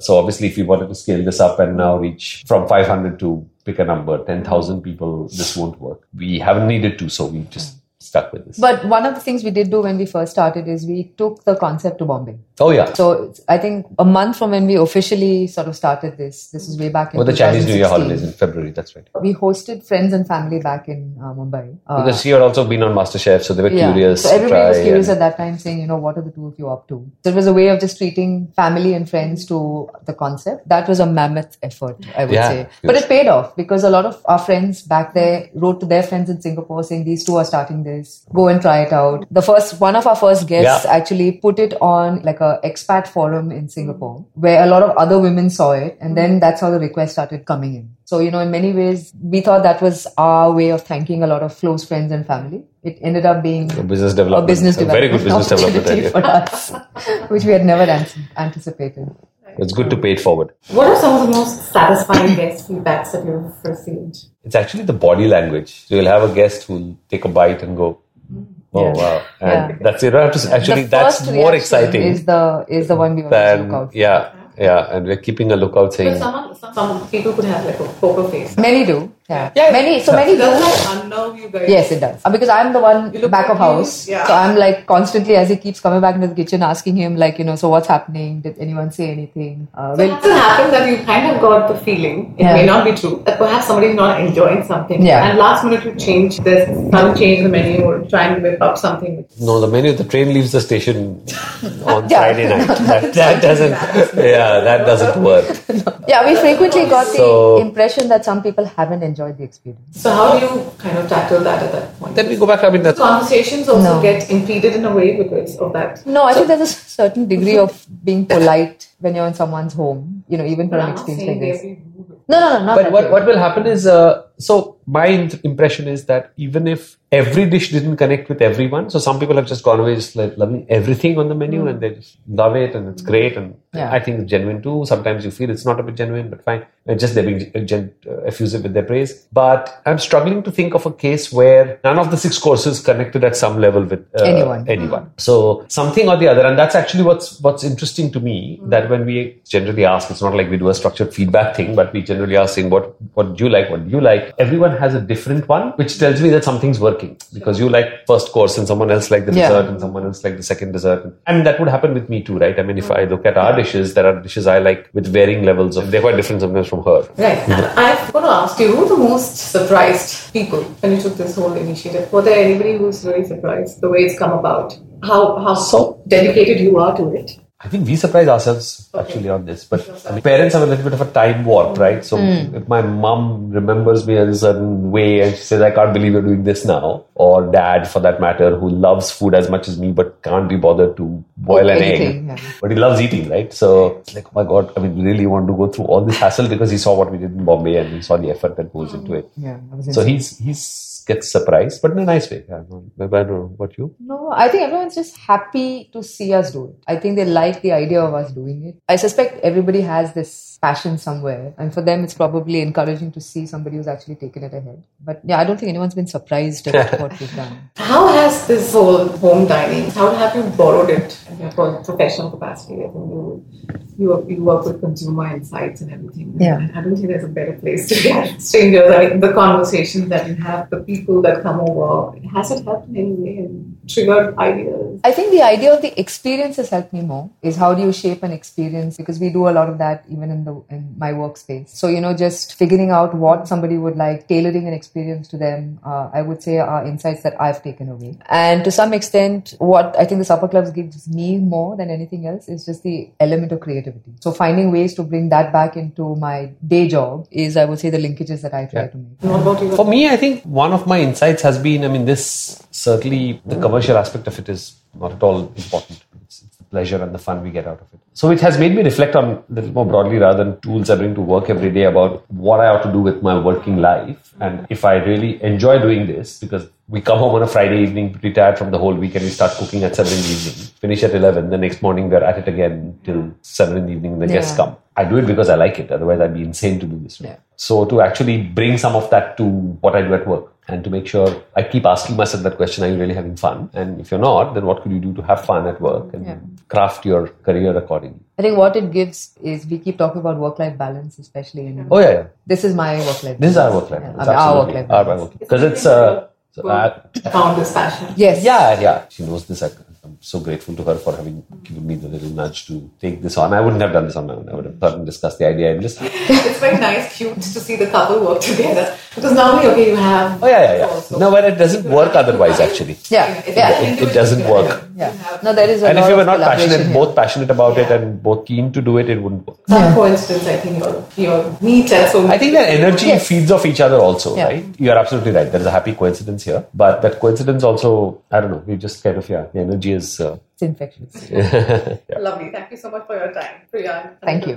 Speaker 5: So obviously, if we wanted to scale this up and now reach from 500 to pick a number, 10,000 people, this won't work. We haven't needed to, so we just stuck with this.
Speaker 4: But one of the things we did do when we first started is we took the concept to Bombay.
Speaker 5: oh yeah,
Speaker 4: So it's- I think a month from when we officially sort of started this, this is way back in
Speaker 5: for the Chinese New Year
Speaker 4: 2016.
Speaker 5: holidays in February. That's right.
Speaker 4: We hosted friends and family back in uh, Mumbai. Uh,
Speaker 5: Because she had also been on MasterChef, so they were
Speaker 4: yeah.
Speaker 5: curious.
Speaker 4: So
Speaker 5: to
Speaker 4: everybody was
Speaker 5: try
Speaker 4: curious
Speaker 5: and-
Speaker 4: at that time, saying, you know, what are the two of you up to? So it was a way of just treating family and friends to the concept. That was a mammoth effort, I would
Speaker 5: Yeah.
Speaker 4: say, but it paid off because a lot of our friends back there wrote to their friends in Singapore saying, these two are starting this. Go and try it out. The first one of our first guests
Speaker 5: Yeah.
Speaker 4: actually put it on like a expat forum in Singapore where a lot of other women saw it, and then that's how the request started coming in. So you know, in many ways, we thought that was our way of thanking a lot of close friends and family. It ended up being
Speaker 5: a business
Speaker 4: a
Speaker 5: development.
Speaker 4: business
Speaker 5: a
Speaker 4: development,
Speaker 5: very good business development
Speaker 4: opportunity
Speaker 5: idea.
Speaker 4: for us, which we had never an- anticipated.
Speaker 5: It's good to pay it forward.
Speaker 6: What are some of the most satisfying guest feedbacks that you've received?
Speaker 5: It's actually the body language. So you'll have a guest who'll take a bite and go, "Oh
Speaker 4: Yeah.
Speaker 5: wow!" And
Speaker 4: Yeah.
Speaker 5: that's you don't have to. s- Actually,
Speaker 4: The
Speaker 5: that's
Speaker 4: first
Speaker 5: more
Speaker 4: reaction
Speaker 5: exciting
Speaker 4: Is the is the one we always look
Speaker 5: than
Speaker 4: out for.
Speaker 5: yeah, yeah. And we're keeping a lookout
Speaker 6: But
Speaker 5: saying,
Speaker 6: someone, some, some people could have like a poker face.
Speaker 4: Many do, yeah. Many so many do.
Speaker 6: Does that unnerve you guys?
Speaker 4: Yes, it does. Uh, Because I'm the one
Speaker 6: You look
Speaker 4: back of house.
Speaker 6: confused, yeah.
Speaker 4: So I'm like constantly, as he keeps coming back into the kitchen, asking him, like, you know, so what's happening? Did anyone say anything? Uh,
Speaker 6: So
Speaker 4: well,
Speaker 6: has it happened that you kind of got the feeling, it
Speaker 4: Yeah.
Speaker 6: may not be true, that perhaps somebody is not enjoying something
Speaker 4: Yeah.
Speaker 6: and last minute you change this, some change the menu or try and whip up something.
Speaker 5: "No, the menu. The train leaves the station on
Speaker 4: Yeah.
Speaker 5: Friday night. That, that doesn't. Yeah, that doesn't work.
Speaker 4: yeah, we frequently got
Speaker 5: So-
Speaker 4: the impression that some people haven't enjoyed the experience.
Speaker 6: So how do you kind of tackle that at that point?
Speaker 5: Then we go back. I mean, that's
Speaker 6: Conversations also
Speaker 4: No.
Speaker 6: get impeded in a way because of that.
Speaker 4: No, I think there's a certain degree of being polite when you're in someone's home, you know, even for
Speaker 6: But
Speaker 4: an
Speaker 6: I'm not
Speaker 4: experience like this.
Speaker 6: saying they-
Speaker 4: No, no, no, not
Speaker 5: But
Speaker 4: that
Speaker 5: what,
Speaker 4: way.
Speaker 5: what will happen is, uh, so my in- impression is that even if every dish didn't connect with everyone, so some people have just gone away just like loving everything on the menu and they just love it and it's great and
Speaker 4: Hmm. Yeah.
Speaker 5: I think it's genuine too. Sometimes you feel it's not a bit genuine, but fine. And just they're being uh, gen- uh, effusive with their praise. But I'm struggling to think of a case where none of the six courses connected at some level with uh,
Speaker 4: Anyone.
Speaker 5: anyone. So something or the other, and that's actually what's what's interesting to me. That when we generally ask, it's not like we do a structured feedback thing, but we generally ask saying what what do you like, what do you like. Everyone has a different one, which tells me that something's working because you like first course and someone else like the
Speaker 4: Yeah.
Speaker 5: dessert and someone else like the second dessert, and that would happen with me too, right? I mean, if I look at our dishes, there are dishes I like with varying levels of they're quite different sometimes from her.
Speaker 6: Right. I'm going to ask you, who were the most surprised people when you took this whole initiative? Were there anybody who's really surprised the way it's come about? How how so dedicated you are to it?
Speaker 5: I think we surprise ourselves actually on this, but I mean, parents have a little bit of a time warp, right? So
Speaker 4: Hmm.
Speaker 5: if my mom remembers me in a certain way and she says, "I can't believe you're doing this now," or dad, for that matter, who loves food as much as me but can't be bothered to boil an
Speaker 4: Anything,
Speaker 5: egg,
Speaker 4: yeah.
Speaker 5: but he loves eating, right? So it's like, oh my god, I mean, really you want to go through all this hassle because he saw what we did in Bombay and he saw the effort that goes into it.
Speaker 4: Yeah, I was
Speaker 5: So
Speaker 4: in-
Speaker 5: he's he's gets surprised, but in a nice way. I don't know, I don't know what you.
Speaker 4: No, I think everyone's just happy to see us do it. I think they like the idea of us doing it. I suspect everybody has this passion somewhere, and for them, it's probably encouraging to see somebody who's actually taken it ahead. But yeah, I don't think anyone's been surprised about what we've done.
Speaker 6: How has this whole home dining, how have you borrowed it in your pro- professional capacity? I think you, you, work- you work with consumer insights and everything.
Speaker 4: Yeah.
Speaker 6: I don't think there's a better place to get strangers. I mean, the conversations that you have, the people that come over, has it helped in any way and triggered ideas? is.
Speaker 4: I think the idea of the experience has helped me more. Is how do you shape an experience? Because we do a lot of that even in the in my workspace. So you know, just figuring out what somebody would like, tailoring an experience to them. Uh, I would say are insights that I've taken away, and to some extent, what I think the supper clubs gives me more than anything else is just the element of creativity. So finding ways to bring that back into my day job is, I would say, the linkages that I try to make.
Speaker 5: For me, I think one of my insights has been I mean, this certainly the commercial aspect of it is not at all important. It's, it's the pleasure and the fun we get out of it. So it has made me reflect on a little more broadly rather than tools I bring to work every day about what I ought to do with my working life and if I really enjoy doing this because we come home on a Friday evening, retired from the whole week, and we start cooking at 7 in the evening, finish at 11. The next morning, we're at it again till 7 in the evening, the guests
Speaker 4: Yeah.
Speaker 5: come. I do it because I like it. Otherwise, I'd be insane to do this.
Speaker 4: Yeah.
Speaker 5: So to actually bring some of that to what I do at work and to make sure I keep asking myself that question, are you really having fun? And if you're not, then what could you do to have fun at work and craft your career accordingly?
Speaker 4: I think what it gives is we keep talking about work-life balance, especially in
Speaker 5: Oh, yeah, yeah.
Speaker 4: this is my work-life.
Speaker 5: This is our
Speaker 4: balance.
Speaker 5: work life.
Speaker 4: Yeah,
Speaker 5: balance,
Speaker 4: I mean, our
Speaker 5: absolutely.
Speaker 4: work-life.
Speaker 5: Our
Speaker 4: balance.
Speaker 5: work Because it's uh, so, uh,
Speaker 6: Found this passion.
Speaker 4: Yes.
Speaker 5: Yeah, yeah. She knows this. I- I'm so grateful to her for having given me the little nudge to take this on. I wouldn't have done this on my own. I would have thought and discussed the idea and just, oh,
Speaker 6: It's very nice, cute to see the couple work together because normally, okay, you have.
Speaker 5: Oh, yeah, yeah, yeah. No, but it doesn't work otherwise, actually.
Speaker 4: Yeah.
Speaker 6: It's
Speaker 4: Yeah.
Speaker 6: an
Speaker 5: It, it
Speaker 6: individual
Speaker 5: doesn't work.
Speaker 4: Yeah. No, there is a
Speaker 5: And if
Speaker 4: lot
Speaker 5: you were
Speaker 4: of
Speaker 5: not
Speaker 4: collaboration
Speaker 5: passionate,
Speaker 4: here.
Speaker 5: both passionate about it and both keen to do it, it wouldn't work.
Speaker 6: Some coincidence, I think, or your meet at so
Speaker 5: I think that energy
Speaker 4: Yes.
Speaker 5: feeds off each other also,
Speaker 4: Yeah.
Speaker 5: right? You're absolutely right. There is a happy coincidence here. But that coincidence also, I don't know, we just kind of, yeah, the energy is. Uh,
Speaker 4: It's infectious.
Speaker 6: Lovely. Thank you so much for your time, Priya.
Speaker 4: Thank you.